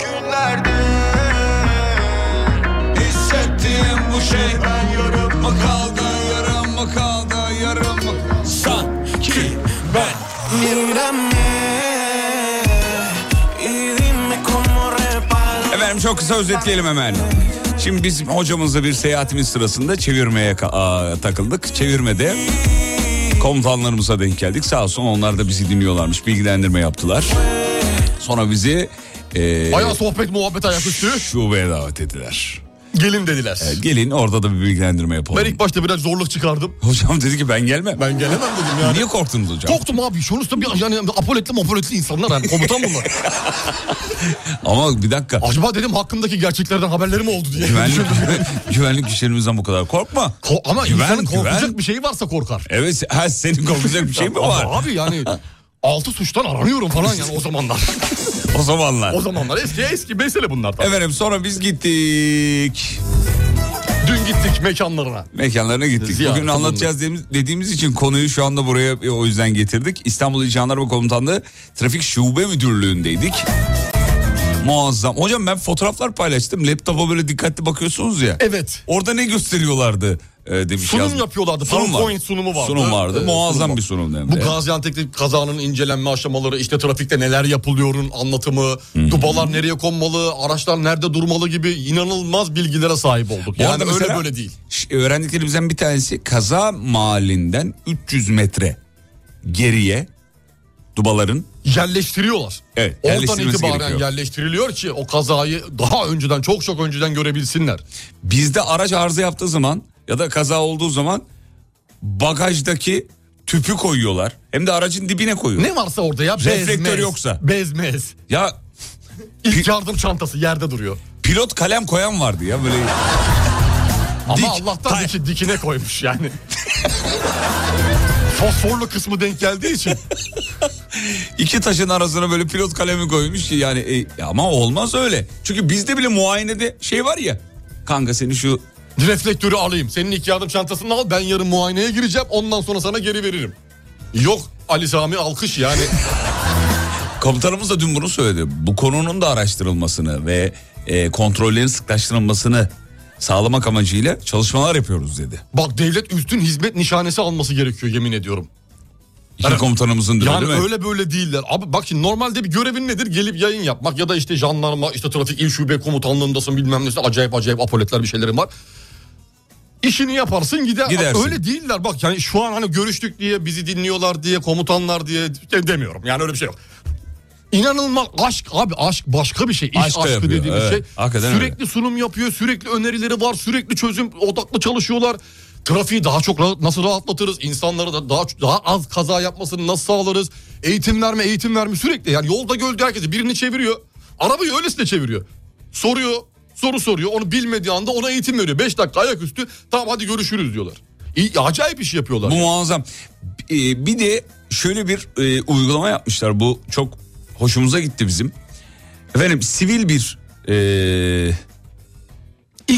Speaker 4: günlerde hissettiğim bu şey ben yarım mı kaldı yarım mı kaldı yarım mı sanki ben Mírame y dime cómo reparo
Speaker 2: Efendim çok kısa özetleyelim hemen. Şimdi biz hocamızla bir seyahatimiz sırasında çevirmeye ka- aa, takıldık. Çevirmede komutanlarımıza denk geldik. Sağ olsun onlar da bizi dinliyorlarmış. Bilgilendirme yaptılar. Sonra bizi... E,
Speaker 3: Bayağı sohbet muhabbet ayaküstü.
Speaker 2: Şubeye davet ettiler.
Speaker 3: Gelin dediler.
Speaker 2: E, gelin orada da bir bilgilendirme yapalım.
Speaker 3: Ben ilk başta biraz zorluk çıkardım.
Speaker 2: Hocam dedi ki ben gelmem.
Speaker 3: Ben gelemem dedim yani.
Speaker 2: Niye korktunuz hocam?
Speaker 3: Korktum abi. Sonuçta bir yani apoletli apoletli insanlar yani komutan bunlar.
Speaker 2: <laughs> Ama bir dakika.
Speaker 3: Acaba dedim hakkımdaki gerçeklerden haberlerim oldu diye.
Speaker 2: Güvenlik, <laughs> güvenlik güçlerimizden bu kadar korkma.
Speaker 3: <laughs> Ko- ama
Speaker 2: Güven,
Speaker 3: insanın korkacak
Speaker 2: güven.
Speaker 3: bir şey varsa korkar.
Speaker 2: Evet ha, senin korkacak bir şey mi
Speaker 3: Ama
Speaker 2: var?
Speaker 3: Abi
Speaker 2: <laughs>
Speaker 3: yani altı suçtan aranıyorum falan yani o zamanlar.
Speaker 2: o zamanlar.
Speaker 3: o zamanlar eski eski mesele bunlar. tabii.
Speaker 2: Efendim sonra biz gittik.
Speaker 3: Dün gittik mekanlarına.
Speaker 2: Mekanlarına gittik.
Speaker 3: Ziyaret
Speaker 2: Bugün anlatacağız dediğimiz, dediğimiz için konuyu şu anda buraya e, o yüzden getirdik. İstanbul İl Jandarma Komutanlığı Trafik Şube Müdürlüğü'ndeydik. Muazzam. Hocam ben fotoğraflar paylaştım. Laptopa böyle dikkatli bakıyorsunuz ya.
Speaker 3: Evet.
Speaker 2: Orada ne gösteriyorlardı e, demiş
Speaker 3: Sunum
Speaker 2: yazmış.
Speaker 3: yapıyorlardı.
Speaker 2: Sunum var.
Speaker 3: PowerPoint sunumu vardı.
Speaker 2: Sunum vardı.
Speaker 3: Ee,
Speaker 2: Muazzam
Speaker 3: sunum
Speaker 2: bir sunum. hem
Speaker 3: Bu
Speaker 2: de.
Speaker 3: Gaziantep'te kazanın incelenme aşamaları, işte trafikte neler yapılıyorun anlatımı, dubalar nereye konmalı, araçlar nerede durmalı gibi inanılmaz bilgilere sahip olduk.
Speaker 2: Bu
Speaker 3: yani
Speaker 2: arada
Speaker 3: öyle
Speaker 2: mesela
Speaker 3: böyle değil.
Speaker 2: ş- Öğrendiklerimizden bir tanesi kaza mahallinden 300 metre geriye dubaların
Speaker 3: Yerleştiriyorlar.
Speaker 2: evet,
Speaker 3: Oradan
Speaker 2: yerleştirilmesi
Speaker 3: itibaren
Speaker 2: gerekiyor.
Speaker 3: yerleştiriliyor ki o kazayı daha önceden çok çok önceden görebilsinler.
Speaker 2: Bizde araç arıza yaptığı zaman ya da kaza olduğu zaman bagajdaki tüpü koyuyorlar. Hem de aracın dibine koyuyorlar.
Speaker 3: Ne varsa orada ya bez,
Speaker 2: Reflektör
Speaker 3: mez,
Speaker 2: yoksa.
Speaker 3: Bezmez.
Speaker 2: Ya
Speaker 3: İlk yardım çantası yerde duruyor.
Speaker 2: pilot kalem koyan vardı ya böyle.
Speaker 3: Ama
Speaker 2: Dik,
Speaker 3: Allah'tan diki- dikine
Speaker 2: <laughs>
Speaker 3: koymuş yani. Fosforlu kısmı denk geldiği için.
Speaker 2: İki taşın arasına böyle pilot kalemi koymuş ki yani e, ama olmaz öyle. Çünkü bizde bile muayenede şey var ya. Kanka seni şu
Speaker 3: Reflektörü alayım. Senin ilk yardım çantasını al. Ben yarın muayeneye gireceğim. Ondan sonra sana geri veririm. Yok Ali Sami alkış yani.
Speaker 2: Komutanımız da dün bunu söyledi. Bu konunun da araştırılmasını ve e, kontrollerin sıklaştırılmasını sağlamak amacıyla çalışmalar yapıyoruz dedi.
Speaker 3: Bak devlet üstün hizmet nişanesi alması gerekiyor yemin ediyorum.
Speaker 2: İşte komutanımızın diyor
Speaker 3: yani
Speaker 2: değil mi?
Speaker 3: öyle böyle değiller. Abi bak şimdi normalde bir görevin nedir? Gelip yayın yapmak ya da işte jandarma, işte trafik il şube komutanlığındasın bilmem nesi. Acayip acayip apoletler bir şeylerin var. İşini yaparsın gider.
Speaker 2: Gidersin.
Speaker 3: Öyle değiller bak yani şu an hani görüştük diye bizi dinliyorlar diye komutanlar diye de- demiyorum. Yani öyle bir şey yok. İnanılmaz aşk abi aşk başka bir şey. İş
Speaker 2: Aşk da
Speaker 3: aşkı
Speaker 2: yapıyor,
Speaker 3: dediğimiz
Speaker 2: evet.
Speaker 3: şey.
Speaker 2: Hakikaten
Speaker 3: sürekli sunum yapıyor, sürekli önerileri var, sürekli çözüm odaklı çalışıyorlar. Trafiği daha çok rahat, nasıl rahatlatırız? İnsanlara da daha daha az kaza yapmasını nasıl sağlarız? Eğitim verme, eğitim verme sürekli. Yani yolda gördüğü herkesi birini çeviriyor. Arabayı öylesine çeviriyor. Soruyor, soru soruyor. Onu bilmediği anda ona eğitim veriyor. 5 dakika ayaküstü tamam hadi görüşürüz diyorlar. İyi, acayip iş yapıyorlar.
Speaker 2: Bu muazzam. Ee, bir de şöyle bir e, uygulama yapmışlar. Bu çok hoşumuza gitti bizim. Efendim sivil bir e,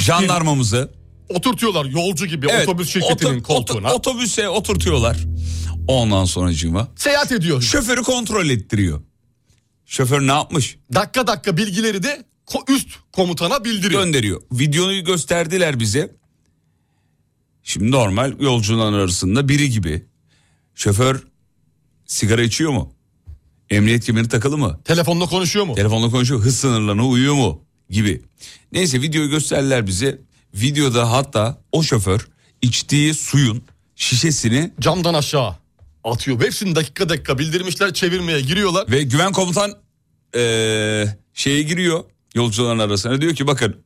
Speaker 2: jandarmamızı
Speaker 3: Oturtuyorlar yolcu gibi
Speaker 2: Evet,
Speaker 3: otobüs şirketinin
Speaker 2: oto-
Speaker 3: koltuğuna.
Speaker 2: oto- otobüse oturtuyorlar. Ondan sonra
Speaker 3: Seyahat ediyor.
Speaker 2: Şoförü kontrol ettiriyor. Şoför ne yapmış?
Speaker 3: Dakika dakika bilgileri de ko- üst komutana bildiriyor.
Speaker 2: Gönderiyor. Videoyu gösterdiler bize. Şimdi normal yolcuların arasında biri gibi. Şoför sigara içiyor mu? Emniyet kemeri takılı mı?
Speaker 3: Telefonla konuşuyor mu?
Speaker 2: Telefonla konuşuyor. Hız sınırlarına uyuyor mu? Gibi. Neyse videoyu gösterdiler bize. Videoda hatta o şoför içtiği suyun şişesini
Speaker 3: camdan aşağı atıyor. Hepsini dakika dakika bildirmişler çevirmeye giriyorlar.
Speaker 2: Ve güven komutan eee, şeye giriyor yolcuların arasına. Diyor ki bakın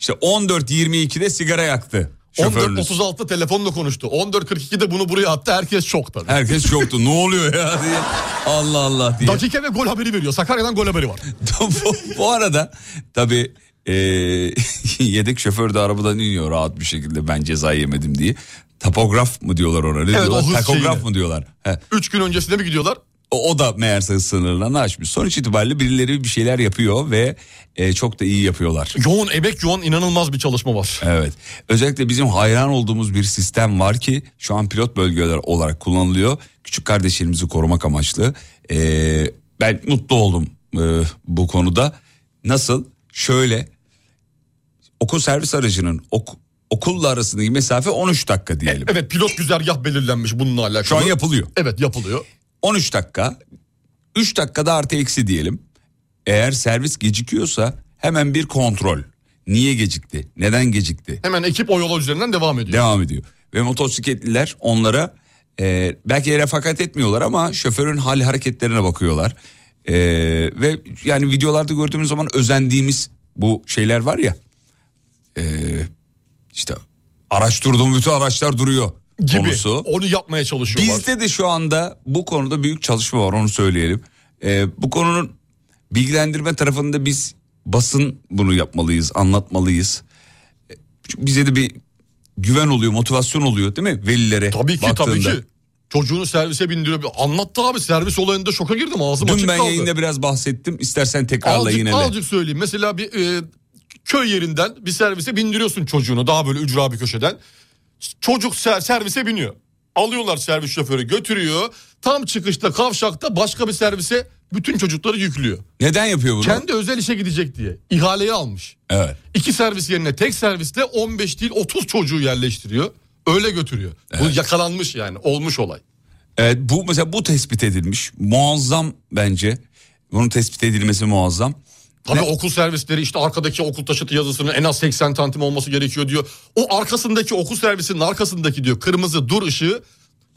Speaker 2: işte 14.22'de sigara yaktı şoförünüz.
Speaker 3: 14.36'da telefonla konuştu. 14.42'de bunu buraya attı. Herkes şok tabii.
Speaker 2: Herkes şoktu. ne oluyor ya diye. Allah Allah diye.
Speaker 3: Dakika ve gol haberi veriyor. Sakarya'dan gol haberi var.
Speaker 2: <laughs> bu, bu arada tabii eee, <laughs> yedek şoför de arabadan iniyor rahat bir şekilde ben ceza yemedim diye. Tapograf mı diyorlar ona? Ne
Speaker 3: Evet,
Speaker 2: diyorlar?
Speaker 3: o hız
Speaker 2: Takograf
Speaker 3: şeyini.
Speaker 2: mı diyorlar? He.
Speaker 3: Üç gün öncesinde mi gidiyorlar?
Speaker 2: O, o da meğerse hız sınırlarını aşmış. Sonuç itibariyle birileri bir şeyler yapıyor ve eee, çok da iyi yapıyorlar.
Speaker 3: Yoğun emek yoğun inanılmaz bir çalışma var.
Speaker 2: Evet. Özellikle bizim hayran olduğumuz bir sistem var ki şu an pilot bölgeler olarak kullanılıyor. Küçük kardeşlerimizi korumak amaçlı. Ee, ben mutlu oldum e, bu konuda. Nasıl? Şöyle. Okul servis aracının ok- okulla arasındaki mesafe 13 dakika diyelim.
Speaker 3: Evet pilot güzergah belirlenmiş bununla alakalı.
Speaker 2: Şu an yapılıyor.
Speaker 3: Evet yapılıyor.
Speaker 2: 13 dakika. 3 dakikada artı eksi diyelim. Eğer servis gecikiyorsa hemen bir kontrol. Niye gecikti? Neden gecikti?
Speaker 3: Hemen ekip o yola üzerinden devam ediyor.
Speaker 2: Devam ediyor. Ve motosikletliler onlara e, belki refakat etmiyorlar ama şoförün hal hareketlerine bakıyorlar. E, ve yani videolarda gördüğümüz zaman özendiğimiz bu şeyler var ya. E, işte araç durdum bütün araçlar duruyor.
Speaker 3: Gibi.
Speaker 2: Konusu.
Speaker 3: Onu yapmaya çalışıyorlar.
Speaker 2: Bizde de şu anda bu konuda büyük çalışma var onu söyleyelim. E, bu konunun bilgilendirme tarafında biz basın bunu yapmalıyız, anlatmalıyız. E, çünkü Bize de bir güven oluyor, motivasyon oluyor değil mi velilere?
Speaker 3: Tabii ki
Speaker 2: baktığında.
Speaker 3: tabii ki. Çocuğunu servise bindiriyor. Anlattı abi servis olayında şoka girdim ağzım
Speaker 2: Dün
Speaker 3: açık
Speaker 2: ben
Speaker 3: kaldı.
Speaker 2: yayında biraz bahsettim. İstersen tekrarla
Speaker 3: azıcık,
Speaker 2: yine
Speaker 3: azıcık söyleyeyim. Mesela bir e, köy yerinden bir servise bindiriyorsun çocuğunu daha böyle ücra bir köşeden. Çocuk ser- servise biniyor. Alıyorlar servis şoförü götürüyor. Tam çıkışta kavşakta başka bir servise bütün çocukları yüklüyor.
Speaker 2: Neden yapıyor bunu?
Speaker 3: Kendi özel işe gidecek diye. ihaleyi almış.
Speaker 2: Evet.
Speaker 3: İki servis yerine tek serviste 15 değil 30 çocuğu yerleştiriyor. Öyle götürüyor. Bu yakalanmış yani olmuş olay.
Speaker 2: Evet bu mesela bu tespit edilmiş. Muazzam bence. Bunun tespit edilmesi muazzam.
Speaker 3: Tabii okul servisleri işte arkadaki okul taşıtı yazısının en az 80 santim olması gerekiyor diyor. O arkasındaki okul servisinin arkasındaki diyor kırmızı dur ışığı.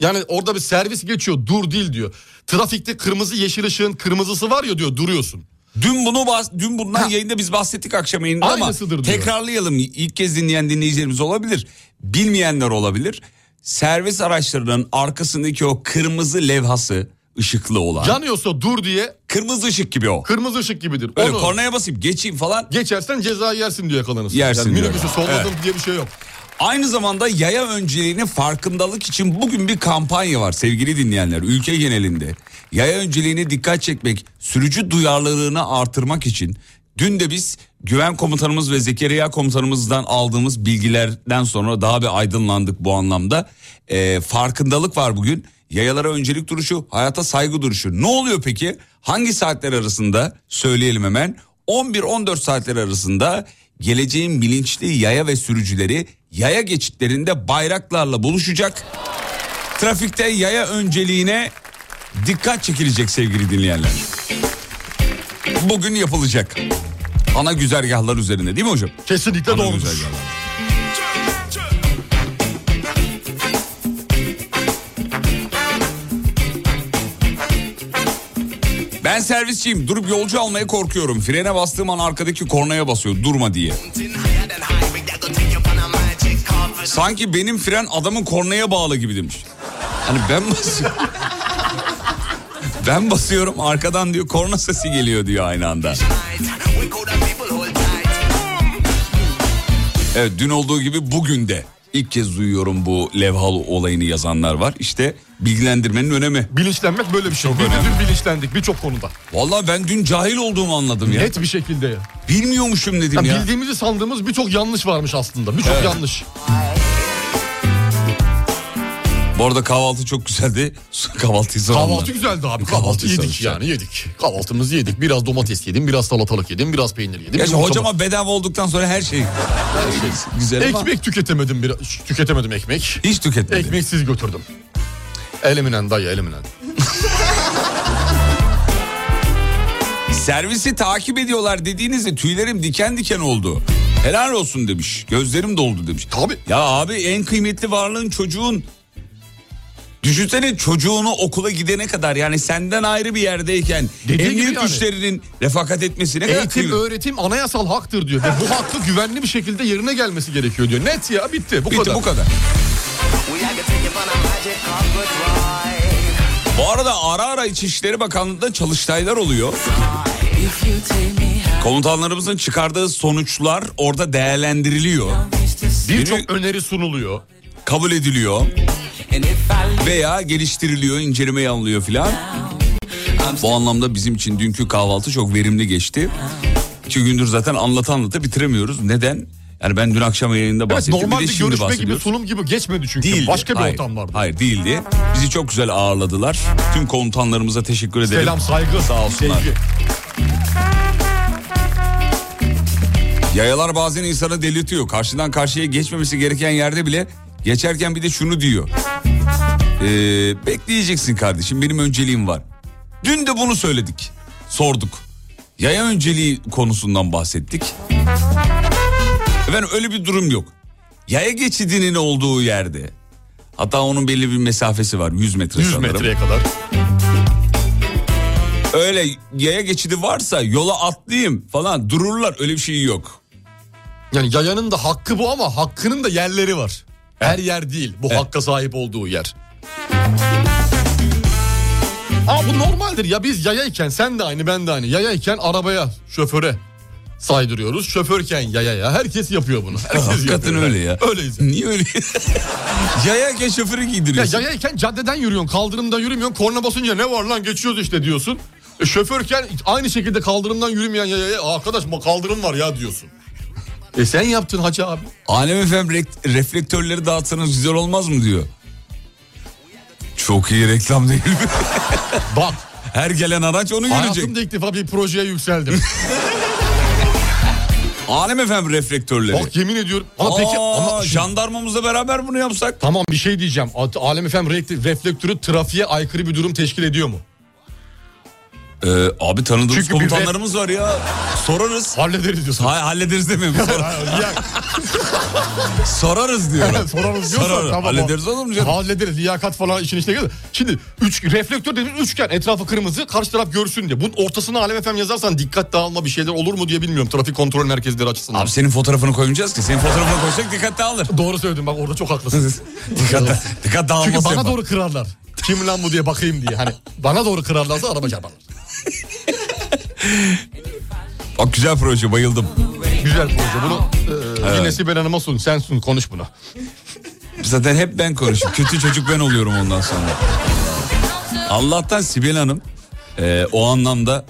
Speaker 3: Yani orada bir servis geçiyor dur değil diyor. Trafikte kırmızı yeşil ışığın kırmızısı var ya diyor duruyorsun.
Speaker 2: Dün bunu bahs- dün bundan yayında biz bahsettik akşam yayında ama
Speaker 3: Aynısıdır diyor.
Speaker 2: tekrarlayalım. İlk kez dinleyen dinleyicilerimiz olabilir. Bilmeyenler olabilir. Servis araçlarının arkasındaki o kırmızı levhası ışıklı olan.
Speaker 3: Yanıyorsa dur diye
Speaker 2: Kırmızı ışık gibi o.
Speaker 3: kırmızı ışık gibidir.
Speaker 2: Öyle
Speaker 3: Onu
Speaker 2: kornaya basayım geçeyim falan.
Speaker 3: geçersen ceza yersin diyor yakalanırsın.
Speaker 2: Yersin
Speaker 3: yani
Speaker 2: diyor.
Speaker 3: minibüsü solladım
Speaker 2: Evet.
Speaker 3: diye bir şey yok.
Speaker 2: Aynı zamanda yaya önceliğinin farkındalık için bugün bir kampanya var sevgili dinleyenler ülke genelinde. Yaya önceliğine dikkat çekmek, sürücü duyarlılığını artırmak için dün de biz güven komutanımız ve Zekeriya komutanımızdan aldığımız bilgilerden sonra daha bir aydınlandık bu anlamda. Ee, farkındalık var bugün. yayalara öncelik duruşu, hayata saygı duruşu. Ne oluyor peki? Hangi saatler arasında? Söyleyelim hemen. 11-14 saatler arasında geleceğin bilinçli yaya ve sürücüleri yaya geçitlerinde bayraklarla buluşacak. Trafikte yaya önceliğine dikkat çekilecek sevgili dinleyenler. Bugün yapılacak. Ana güzergahlar üzerinde değil mi hocam?
Speaker 3: Kesinlikle
Speaker 2: Ana
Speaker 3: doğrudur.
Speaker 2: güzergahlar. Ben servisçiyim. Durup yolcu almaya korkuyorum. Frene bastığım an arkadaki kornaya basıyor durma diye. Sanki benim fren adamın kornaya bağlı gibi demiş. Hani ben basıyorum. ben basıyorum arkadan diyor korna sesi geliyor diyor aynı anda. Evet dün olduğu gibi bugün de ilk kez duyuyorum bu levhalı olayını yazanlar var. İşte bilgilendirmenin önemi.
Speaker 3: Bilinçlenmek böyle bir şey. Biz de dün bilinçlendik birçok konuda.
Speaker 2: Vallahi ben dün cahil olduğumu anladım ya.
Speaker 3: Net bir şekilde ya.
Speaker 2: Bilmiyormuşum dedim
Speaker 3: Ya
Speaker 2: ya.
Speaker 3: Bildiğimizi sandığımız birçok yanlış varmış aslında. Birçok
Speaker 2: Evet.
Speaker 3: yanlış.
Speaker 2: Bu arada kahvaltı çok güzeldi. <laughs> Kahvaltıyı soralım.
Speaker 3: Kahvaltı güzeldi abi. Kahvaltı yedik yani yedik. Kahvaltımızı yedik. Biraz domates yedim, biraz salatalık yedim, biraz peynir yedim.
Speaker 2: Gerçi
Speaker 3: Bizim
Speaker 2: hocama bedava olduktan sonra her şey güzel ama-
Speaker 3: Ekmek tüketemedim biraz. Tüketemedim ekmek.
Speaker 2: Hiç tüketmedim.
Speaker 3: Ekmeksiz götürdüm. Eliminen dayı eliminen.
Speaker 2: Servisi takip ediyorlar dediğinizde tüylerim diken diken oldu. Helal olsun demiş. Gözlerim doldu demiş.
Speaker 3: Tabii.
Speaker 2: Ya abi en kıymetli varlığın çocuğun. Düşünsene çocuğunu okula gidene kadar yani senden ayrı bir yerdeyken
Speaker 3: Dediği gibi
Speaker 2: emniyet
Speaker 3: yani.
Speaker 2: güçlerinin refakat etmesi ne kadar
Speaker 3: Eğitim,
Speaker 2: kıymetli.
Speaker 3: öğretim anayasal haktır diyor. Ve
Speaker 2: <laughs>
Speaker 3: bu hakkı güvenli bir şekilde yerine gelmesi gerekiyor diyor. Net ya bitti bu
Speaker 2: Bitti,
Speaker 3: kadar.
Speaker 2: bu kadar. Bu arada ara ara İçişleri Bakanlığı'nda çalıştaylar oluyor. Komutanlarımızın çıkardığı sonuçlar orada değerlendiriliyor.
Speaker 3: Birçok öneri sunuluyor.
Speaker 2: Kabul ediliyor. Veya geliştiriliyor, incelemeye alınıyor filan. Bu anlamda bizim için dünkü kahvaltı çok verimli geçti. İki gündür zaten anlata anlata bitiremiyoruz. Neden? Yani ben dün akşam yayında
Speaker 3: Evet,
Speaker 2: bahsettim.
Speaker 3: normal
Speaker 2: de
Speaker 3: bir
Speaker 2: şimdi
Speaker 3: görüşme gibi
Speaker 2: bahsediyoruz.
Speaker 3: sunum gibi geçmedi çünkü.
Speaker 2: Değildi.
Speaker 3: Başka bir
Speaker 2: Hayır,
Speaker 3: ortam vardı.
Speaker 2: Hayır değildi. Bizi çok güzel ağırladılar. Tüm komutanlarımıza teşekkür ederim.
Speaker 3: Selam, saygı,
Speaker 2: Sağ olsunlar.
Speaker 3: sevgi.
Speaker 2: Yayalar bazen insanı delirtiyor. Karşıdan karşıya geçmemesi gereken yerde bile geçerken bir de şunu diyor. Ee, bekleyeceksin kardeşim benim önceliğim var. Dün de bunu söyledik. Sorduk. Yaya önceliği konusundan bahsettik. Efendim öyle bir durum yok. Yaya geçidinin olduğu yerde hatta onun belli bir mesafesi var 100 metre
Speaker 3: 100
Speaker 2: sanırım.
Speaker 3: metreye kadar.
Speaker 2: Öyle yaya geçidi varsa yola atlayayım falan dururlar öyle bir şey yok.
Speaker 3: Yani yayanın da hakkı bu ama hakkının da yerleri var. Her yer değil. Bu hakka sahip olduğu yer. Aa bu normaldir ya biz yayayken sen de aynı ben de aynı. Yayayken arabaya, şoföre saydırıyoruz. Şoförken yayaya. Herkes yapıyor bunu. Herkes
Speaker 2: Hakikaten
Speaker 3: yapıyor.
Speaker 2: öyle ya.
Speaker 3: Öyleyiz.
Speaker 2: Niye öyle? <laughs> yayayken şoförü
Speaker 3: Ya
Speaker 2: giydiriyorsun.
Speaker 3: yayayken caddeden yürüyorsun, kaldırımda yürümüyorsun. Korna basınca ne var lan geçiyoruz işte diyorsun. E, şoförken aynı şekilde kaldırımdan yürümeyen yayaya "Aa, arkadaş ma- kaldırım var ya diyorsun. E sen yaptın hacı abi.
Speaker 2: Alem efendim rek- reflektörleri dağıtsanız güzel olmaz mı diyor. Çok iyi reklam değil mi? <laughs>
Speaker 3: Bak
Speaker 2: Her gelen araç onu görecek.
Speaker 3: hayatımda ilk defa bir
Speaker 2: <laughs>
Speaker 3: projeye yükseldim.
Speaker 2: Alem efendim reflektörleri.
Speaker 3: Bak yemin ediyorum. Ama peki
Speaker 2: Aa,
Speaker 3: ama
Speaker 2: jandarmamızla beraber bunu yapsak.
Speaker 3: tamam bir şey diyeceğim. A- Alem efem reflektörü trafiğe aykırı bir durum teşkil ediyor mu?
Speaker 2: Ee, abi tanıdığımız
Speaker 3: Çünkü bir
Speaker 2: komutanlarımız var ya. Sorarız.
Speaker 3: Hallederiz diyorsun.
Speaker 2: Ha, hallederiz
Speaker 3: <laughs>
Speaker 2: demiyorum. Sor-
Speaker 3: Ya,
Speaker 2: <laughs> sorarız diyorum.
Speaker 3: <laughs> sorarız diyorsan
Speaker 2: Sorarız.
Speaker 3: tamam.
Speaker 2: Hallederiz olur mu canım?
Speaker 3: Hallederiz. Liyakat falan işin içine gelir. Şimdi üç, reflektör dediğimiz üçgen. Etrafı kırmızı. Karşı taraf görsün diye. Bunun ortasına Alem efem yazarsan dikkat dağılma bir şeyler olur mu diye bilmiyorum. Trafik kontrol merkezleri açısından.
Speaker 2: Abi senin fotoğrafını koymayacağız ki. Senin fotoğrafını koysak dikkat dağılır.
Speaker 3: Doğru söyledin bak orada
Speaker 2: <laughs>
Speaker 3: çok haklısın.
Speaker 2: dikkat, dikkat dağılması
Speaker 3: Çünkü bana
Speaker 2: yapar.
Speaker 3: doğru kırarlar. Kim lan bu diye bakayım diye. Hani bana doğru kırarlarsa araba çarparlar.
Speaker 2: Bak güzel proje bayıldım.
Speaker 3: Güzel proje. Bunu e,
Speaker 2: Evet.
Speaker 3: Nesli Ben Hanım'a sun. Sen sun konuş buna.
Speaker 2: Zaten hep ben konuşuyorum. Kötü çocuk ben oluyorum ondan sonra. Allah'tan Sibel Hanım e, o anlamda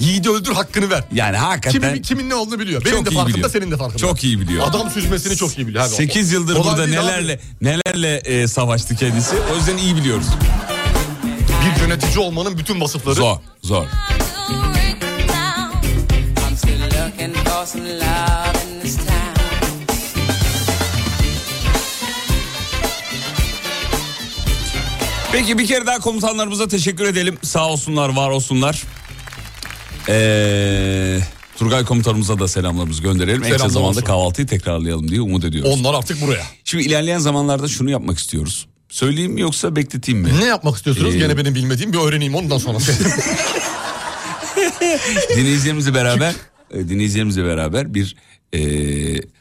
Speaker 3: Yiğidi öldür hakkını ver.
Speaker 2: Yani hakikaten.
Speaker 3: Kimin, kimin ne olduğunu biliyor. Benim
Speaker 2: Çok
Speaker 3: de
Speaker 2: iyi
Speaker 3: farkında
Speaker 2: biliyor.
Speaker 3: senin de farkında.
Speaker 2: Çok iyi biliyor.
Speaker 3: Adam süzmesini çok iyi biliyor. Abi.
Speaker 2: 8 yıldır
Speaker 3: Kolay
Speaker 2: burada
Speaker 3: değil abi.
Speaker 2: nelerle nelerle e, savaştı kendisi. O yüzden iyi biliyoruz.
Speaker 3: Bir yönetici olmanın bütün vasıfları.
Speaker 2: Zor, zor.
Speaker 13: I'm still looking for some love in this town.
Speaker 2: Peki bir kere daha komutanlarımıza teşekkür edelim. Sağ olsunlar, var olsunlar. Ee, Turgay komutanımıza da selamlarımızı gönderelim. En kısa
Speaker 3: Selamlar
Speaker 2: zamanda
Speaker 3: olsun.
Speaker 2: kahvaltıyı tekrarlayalım diye umut ediyoruz.
Speaker 3: Onlar artık buraya.
Speaker 2: Şimdi ilerleyen zamanlarda şunu yapmak istiyoruz. Söyleyeyim mi yoksa bekleteyim mi?
Speaker 3: Ne yapmak istiyorsunuz?
Speaker 2: Ee,
Speaker 3: Gene benim bilmediğim bir öğreneyim
Speaker 2: <laughs>
Speaker 3: ondan sonra. <laughs>
Speaker 2: dinleyicilerimizle beraber e, dinleyicilerimizle beraber bir e,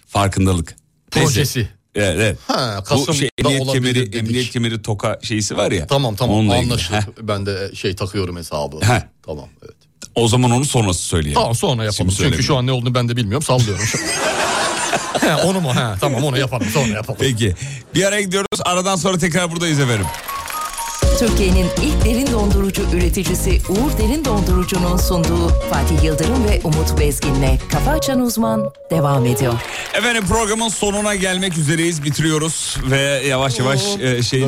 Speaker 2: farkındalık Neyse.
Speaker 3: Projesi.
Speaker 2: Evet, evet.
Speaker 3: Ha,
Speaker 2: Bu
Speaker 3: Kasım'da
Speaker 2: şey, emniyet
Speaker 3: olabilir
Speaker 2: kemeri,
Speaker 3: dedik.
Speaker 2: emniyet kemeri toka şeysi var ya.
Speaker 3: tamam tamam
Speaker 2: Onunla ilgili.
Speaker 3: anlaşıldı.
Speaker 2: Heh.
Speaker 3: Ben de şey takıyorum hesabı.
Speaker 2: Heh.
Speaker 3: Tamam.
Speaker 2: O zaman onu sonrası söyleyelim.
Speaker 3: Tamam sonra yapalım.
Speaker 2: Şimdi
Speaker 3: Çünkü şu
Speaker 2: söylemeyelim.
Speaker 3: an ne olduğunu ben de bilmiyorum.
Speaker 2: <laughs>
Speaker 3: Sallıyorum. şu an. He, onu mu? He, tamam onu yapalım. Sonra yapalım.
Speaker 2: Peki. Bir araya gidiyoruz. Aradan sonra tekrar buradayız efendim.
Speaker 8: Türkiye'nin ilk derin dondurucu üreticisi Uğur Derin Dondurucu'nun sunduğu Fatih Yıldırım ve Umut Bezgin'le Kafa Açan Uzman devam ediyor.
Speaker 2: Efendim programın sonuna gelmek üzereyiz. Bitiriyoruz ve yavaş
Speaker 3: Oh.
Speaker 2: yavaş e, şey...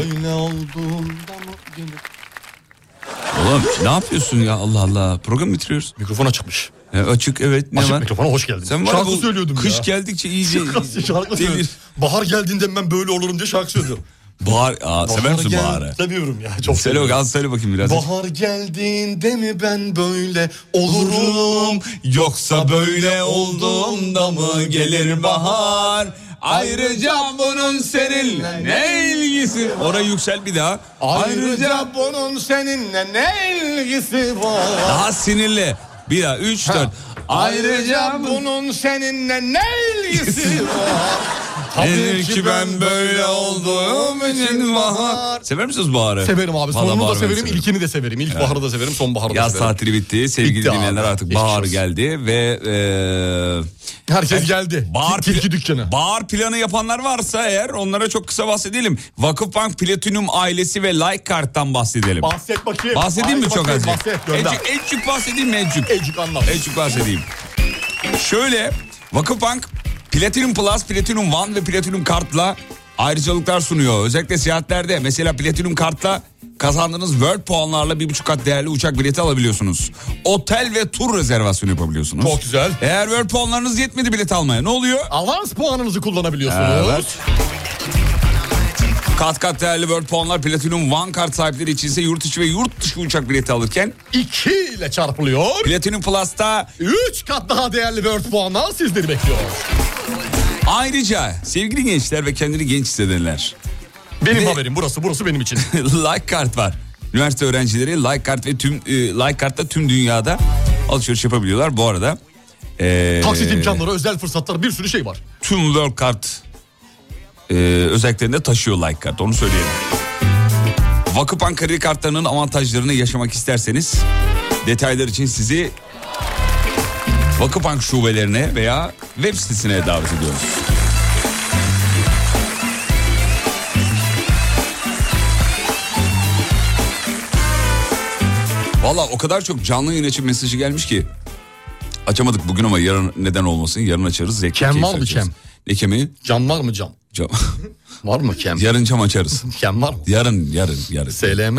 Speaker 2: Oğlum ne yapıyorsun ya Allah Allah. Programı bitiriyoruz.
Speaker 3: Mikrofon açıkmış.
Speaker 2: E, açık evet ne
Speaker 3: Açık
Speaker 2: var?
Speaker 3: mikrofona hoş geldin.
Speaker 2: Sen var ya
Speaker 3: şarkı
Speaker 2: bu
Speaker 3: söylüyordum
Speaker 2: kış
Speaker 3: ya.
Speaker 2: geldikçe iyice <laughs>
Speaker 3: şarkı söylüyorum.
Speaker 2: delir.
Speaker 3: Bahar geldiğinde ben böyle olurum diye şarkı söylüyorum.
Speaker 2: Bahar, aa, <laughs> sever misin
Speaker 3: gel-
Speaker 2: Bahar'ı?
Speaker 3: Seviyorum ya. Çok
Speaker 2: söyle
Speaker 3: seviyorum.
Speaker 2: bakalım, al söyle bakayım biraz.
Speaker 3: Bahar geldiğinde mi ben böyle olurum?
Speaker 2: Yoksa böyle olduğumda mı gelir bahar? Ayrıca bunun seninle ne ilgisi? Oraya yüksel bir daha. Ayrıca
Speaker 3: bunun seninle ne ilgisi
Speaker 2: <laughs>
Speaker 3: var?
Speaker 2: daha sinirli. Bir daha 3 4. Ayrıca
Speaker 3: bunun seninle ne
Speaker 2: <laughs>
Speaker 3: ilgisi var?
Speaker 2: Tabii ki ben böyle olduğum için bahar. Sever misiniz baharı?
Speaker 3: Severim abi.
Speaker 2: Vallahi
Speaker 3: Sonunu da
Speaker 2: baharı ben
Speaker 3: severim, ilkini de severim. İlk baharı da severim, sonbaharı da
Speaker 2: Yaz
Speaker 3: severim.
Speaker 2: tatili bitti. Sevgili
Speaker 3: Bitti abi.
Speaker 2: dinleyenler artık
Speaker 3: Geçmiş
Speaker 2: bahar
Speaker 3: olsun.
Speaker 2: geldi ve e,
Speaker 3: Herkes geldi.
Speaker 2: Bahar
Speaker 3: Tilki
Speaker 2: pla-
Speaker 3: dükkanı.
Speaker 2: Bahar planı yapanlar varsa eğer onlara çok kısa bahsedelim. Vakıfbank Platinum ailesi ve Like Kart'tan bahsedelim.
Speaker 3: Bahset bakayım.
Speaker 2: Bahsedeyim mi
Speaker 3: Haydi
Speaker 2: çok
Speaker 3: bakayım,
Speaker 2: azıcık?
Speaker 3: Bahset gönder.
Speaker 2: Ecik- ecik bahsedeyim mi ecik?
Speaker 3: Ecik anlat.
Speaker 2: Ecik bahsedeyim. Şöyle Vakıfbank Platinum Plus, Platinum One ve Platinum Kart'la ayrıcalıklar sunuyor. Özellikle seyahatlerde mesela Platinum Kart'la kazandığınız World puanlarla bir buçuk kat değerli uçak bileti alabiliyorsunuz. Otel ve tur rezervasyonu yapabiliyorsunuz.
Speaker 3: Çok güzel.
Speaker 2: Eğer World puanlarınız yetmedi bilet almaya ne oluyor?
Speaker 3: Avans puanınızı kullanabiliyorsunuz.
Speaker 2: Evet. Kat kat değerli World Puanlar Platinum One kart sahipleri için ise yurt içi ve yurt dışı uçak bileti alırken
Speaker 3: 2 ile çarpılıyor.
Speaker 2: Platinum Plus'ta
Speaker 3: 3 kat daha değerli World puanlar sizleri bekliyor.
Speaker 2: ayrıca sevgili gençler ve kendini genç hissedenler
Speaker 3: Benim
Speaker 2: Ne?
Speaker 3: haberim burası, burası benim <laughs> için.
Speaker 2: <laughs> like kart var. Üniversite öğrencileri like kart ve tüm e, like kartta tüm dünyada alışveriş yapabiliyorlar. Bu arada e,
Speaker 3: Taksit imkanları, özel fırsatlar bir sürü şey var.
Speaker 2: tüm World Kart e, özelliklerinde taşıyor like kart onu söyleyelim. Vakıfbank kredi kartlarının avantajlarını yaşamak isterseniz detaylar için sizi Vakıfbank şubelerine veya web sitesine davet ediyoruz. Valla o kadar çok canlı yayın için mesajı gelmiş ki açamadık bugün ama yarın neden olmasın yarın açarız. Zevkli
Speaker 3: Kem
Speaker 2: keyifle
Speaker 3: var mı
Speaker 2: açarız.
Speaker 3: kem?
Speaker 2: Ne kemiği?
Speaker 3: Cam var mı cam?
Speaker 2: Cam.
Speaker 3: Var mı kem?
Speaker 2: yarın cam açarız.
Speaker 3: Kem var mı?
Speaker 2: Yarın yarın yarın.
Speaker 3: SLM,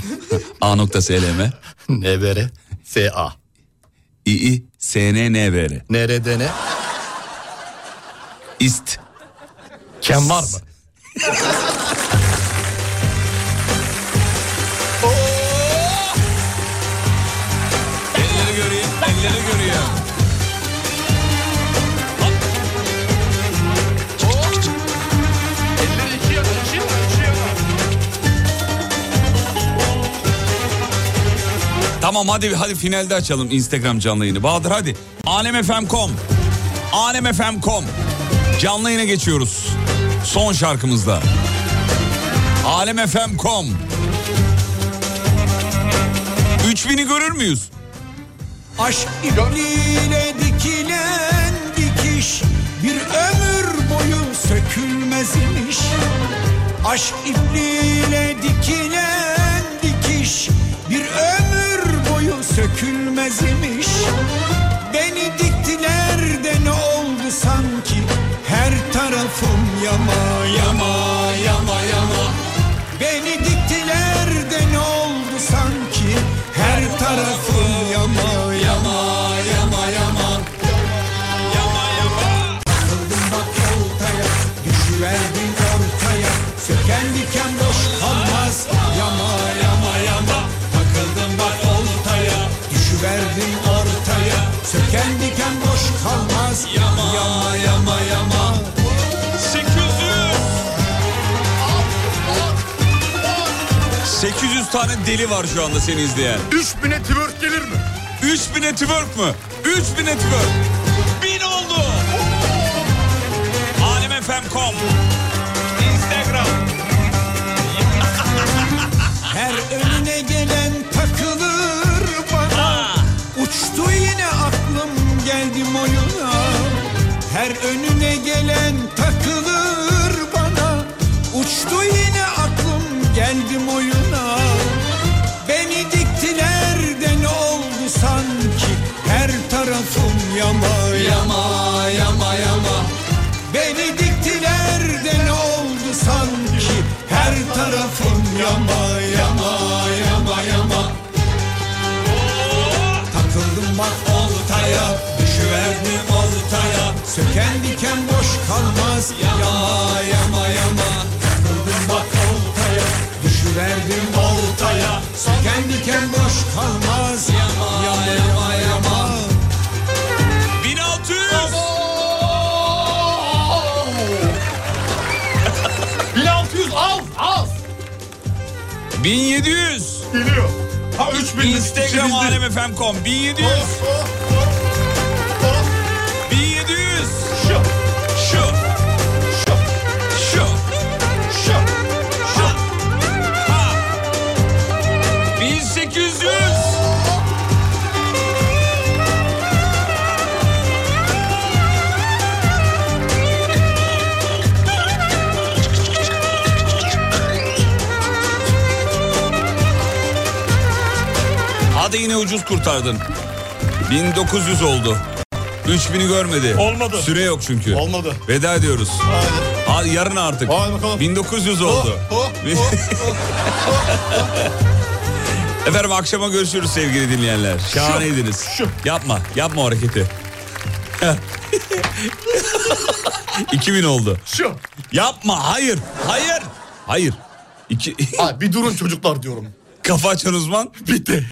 Speaker 3: <laughs>
Speaker 2: A.SLM
Speaker 3: NBR, SA.
Speaker 2: İİ SNNVR
Speaker 3: Nerede ne?
Speaker 2: İst
Speaker 3: Kem var <laughs> mı?
Speaker 2: Elleri göreyim, elleri göreyim. Tamam hadi hadi finalde açalım Instagram canlı yayını. Bahadır hadi. alemfm.com alemfm.com Canlı yayına geçiyoruz. Son şarkımızla. alemfm.com 3000'i görür müyüz?
Speaker 14: Aşk ipliğine dikilen dikiş Bir ömür boyu sökülmez imiş Aşk ipliğine dikilen dikiş Bir ömür boyu
Speaker 2: sökülmez imiş Beni diktiler de ne oldu sanki Her tarafım yama yama yama yama Beni diktiler de ne oldu sanki Her tarafım yama yama yama yama Yama yama Takıldım bak oltaya Düşüverdin ortaya Söken diken boş kalmaz Yama yama yama Takıldım bak oltaya Düşüverdin ortaya Söken diken boş kalmaz Yama yama yama yama
Speaker 15: 800 tane deli var şu anda seni izleyen.
Speaker 3: 3000'e twerk gelir mi?
Speaker 15: 3000'e twerk mü? 3000'e twerk. 1000 oldu. Alemfm.com Instagram.
Speaker 2: <laughs> Her önüne gelen takılır bana Uçtu yine aklım geldim oyuna Her önüne gelen takılır bana Uçtu yine aklım geldim oyuna Beni diktiler de ne oldu sanki Her tarafım yama yama yama yama Beni diktiler de ne oldu sanki Her tarafım yama yama yama yama Takıldım bak oltaya Düşüverdim oltaya Söken diken boş kalmaz Yama yama yama Takıldım bak oltaya Düşüverdim oltaya Söken diken boş kalmaz Yama yama yama
Speaker 15: 1600
Speaker 3: 1600 az az.
Speaker 15: 1700.
Speaker 3: Geliyor. Ha 3000
Speaker 15: Instagram alemfm.com 1700. 1700. Şu. Şu. Şu. Şu. Şu. Şu. Ha. 1800. Hadi yine ucuz kurtardın. 1900 oldu. 3000'i görmedi.
Speaker 3: Olmadı.
Speaker 15: Süre yok çünkü.
Speaker 3: Olmadı.
Speaker 15: Veda ediyoruz. Hadi yarın artık.
Speaker 3: Hadi bakalım. Oh,
Speaker 15: 1900 oldu. <laughs> Efendim akşama görüşürüz sevgili dinleyenler. Şahaneydiniz. Yapma. Yapma o hareketi. <laughs> 2000 oldu.
Speaker 3: Şu.
Speaker 15: Yapma. Hayır. Hayır. Hayır. İki... <laughs>
Speaker 3: bir durun çocuklar diyorum.
Speaker 15: Kafa açan uzman.
Speaker 3: Bitti.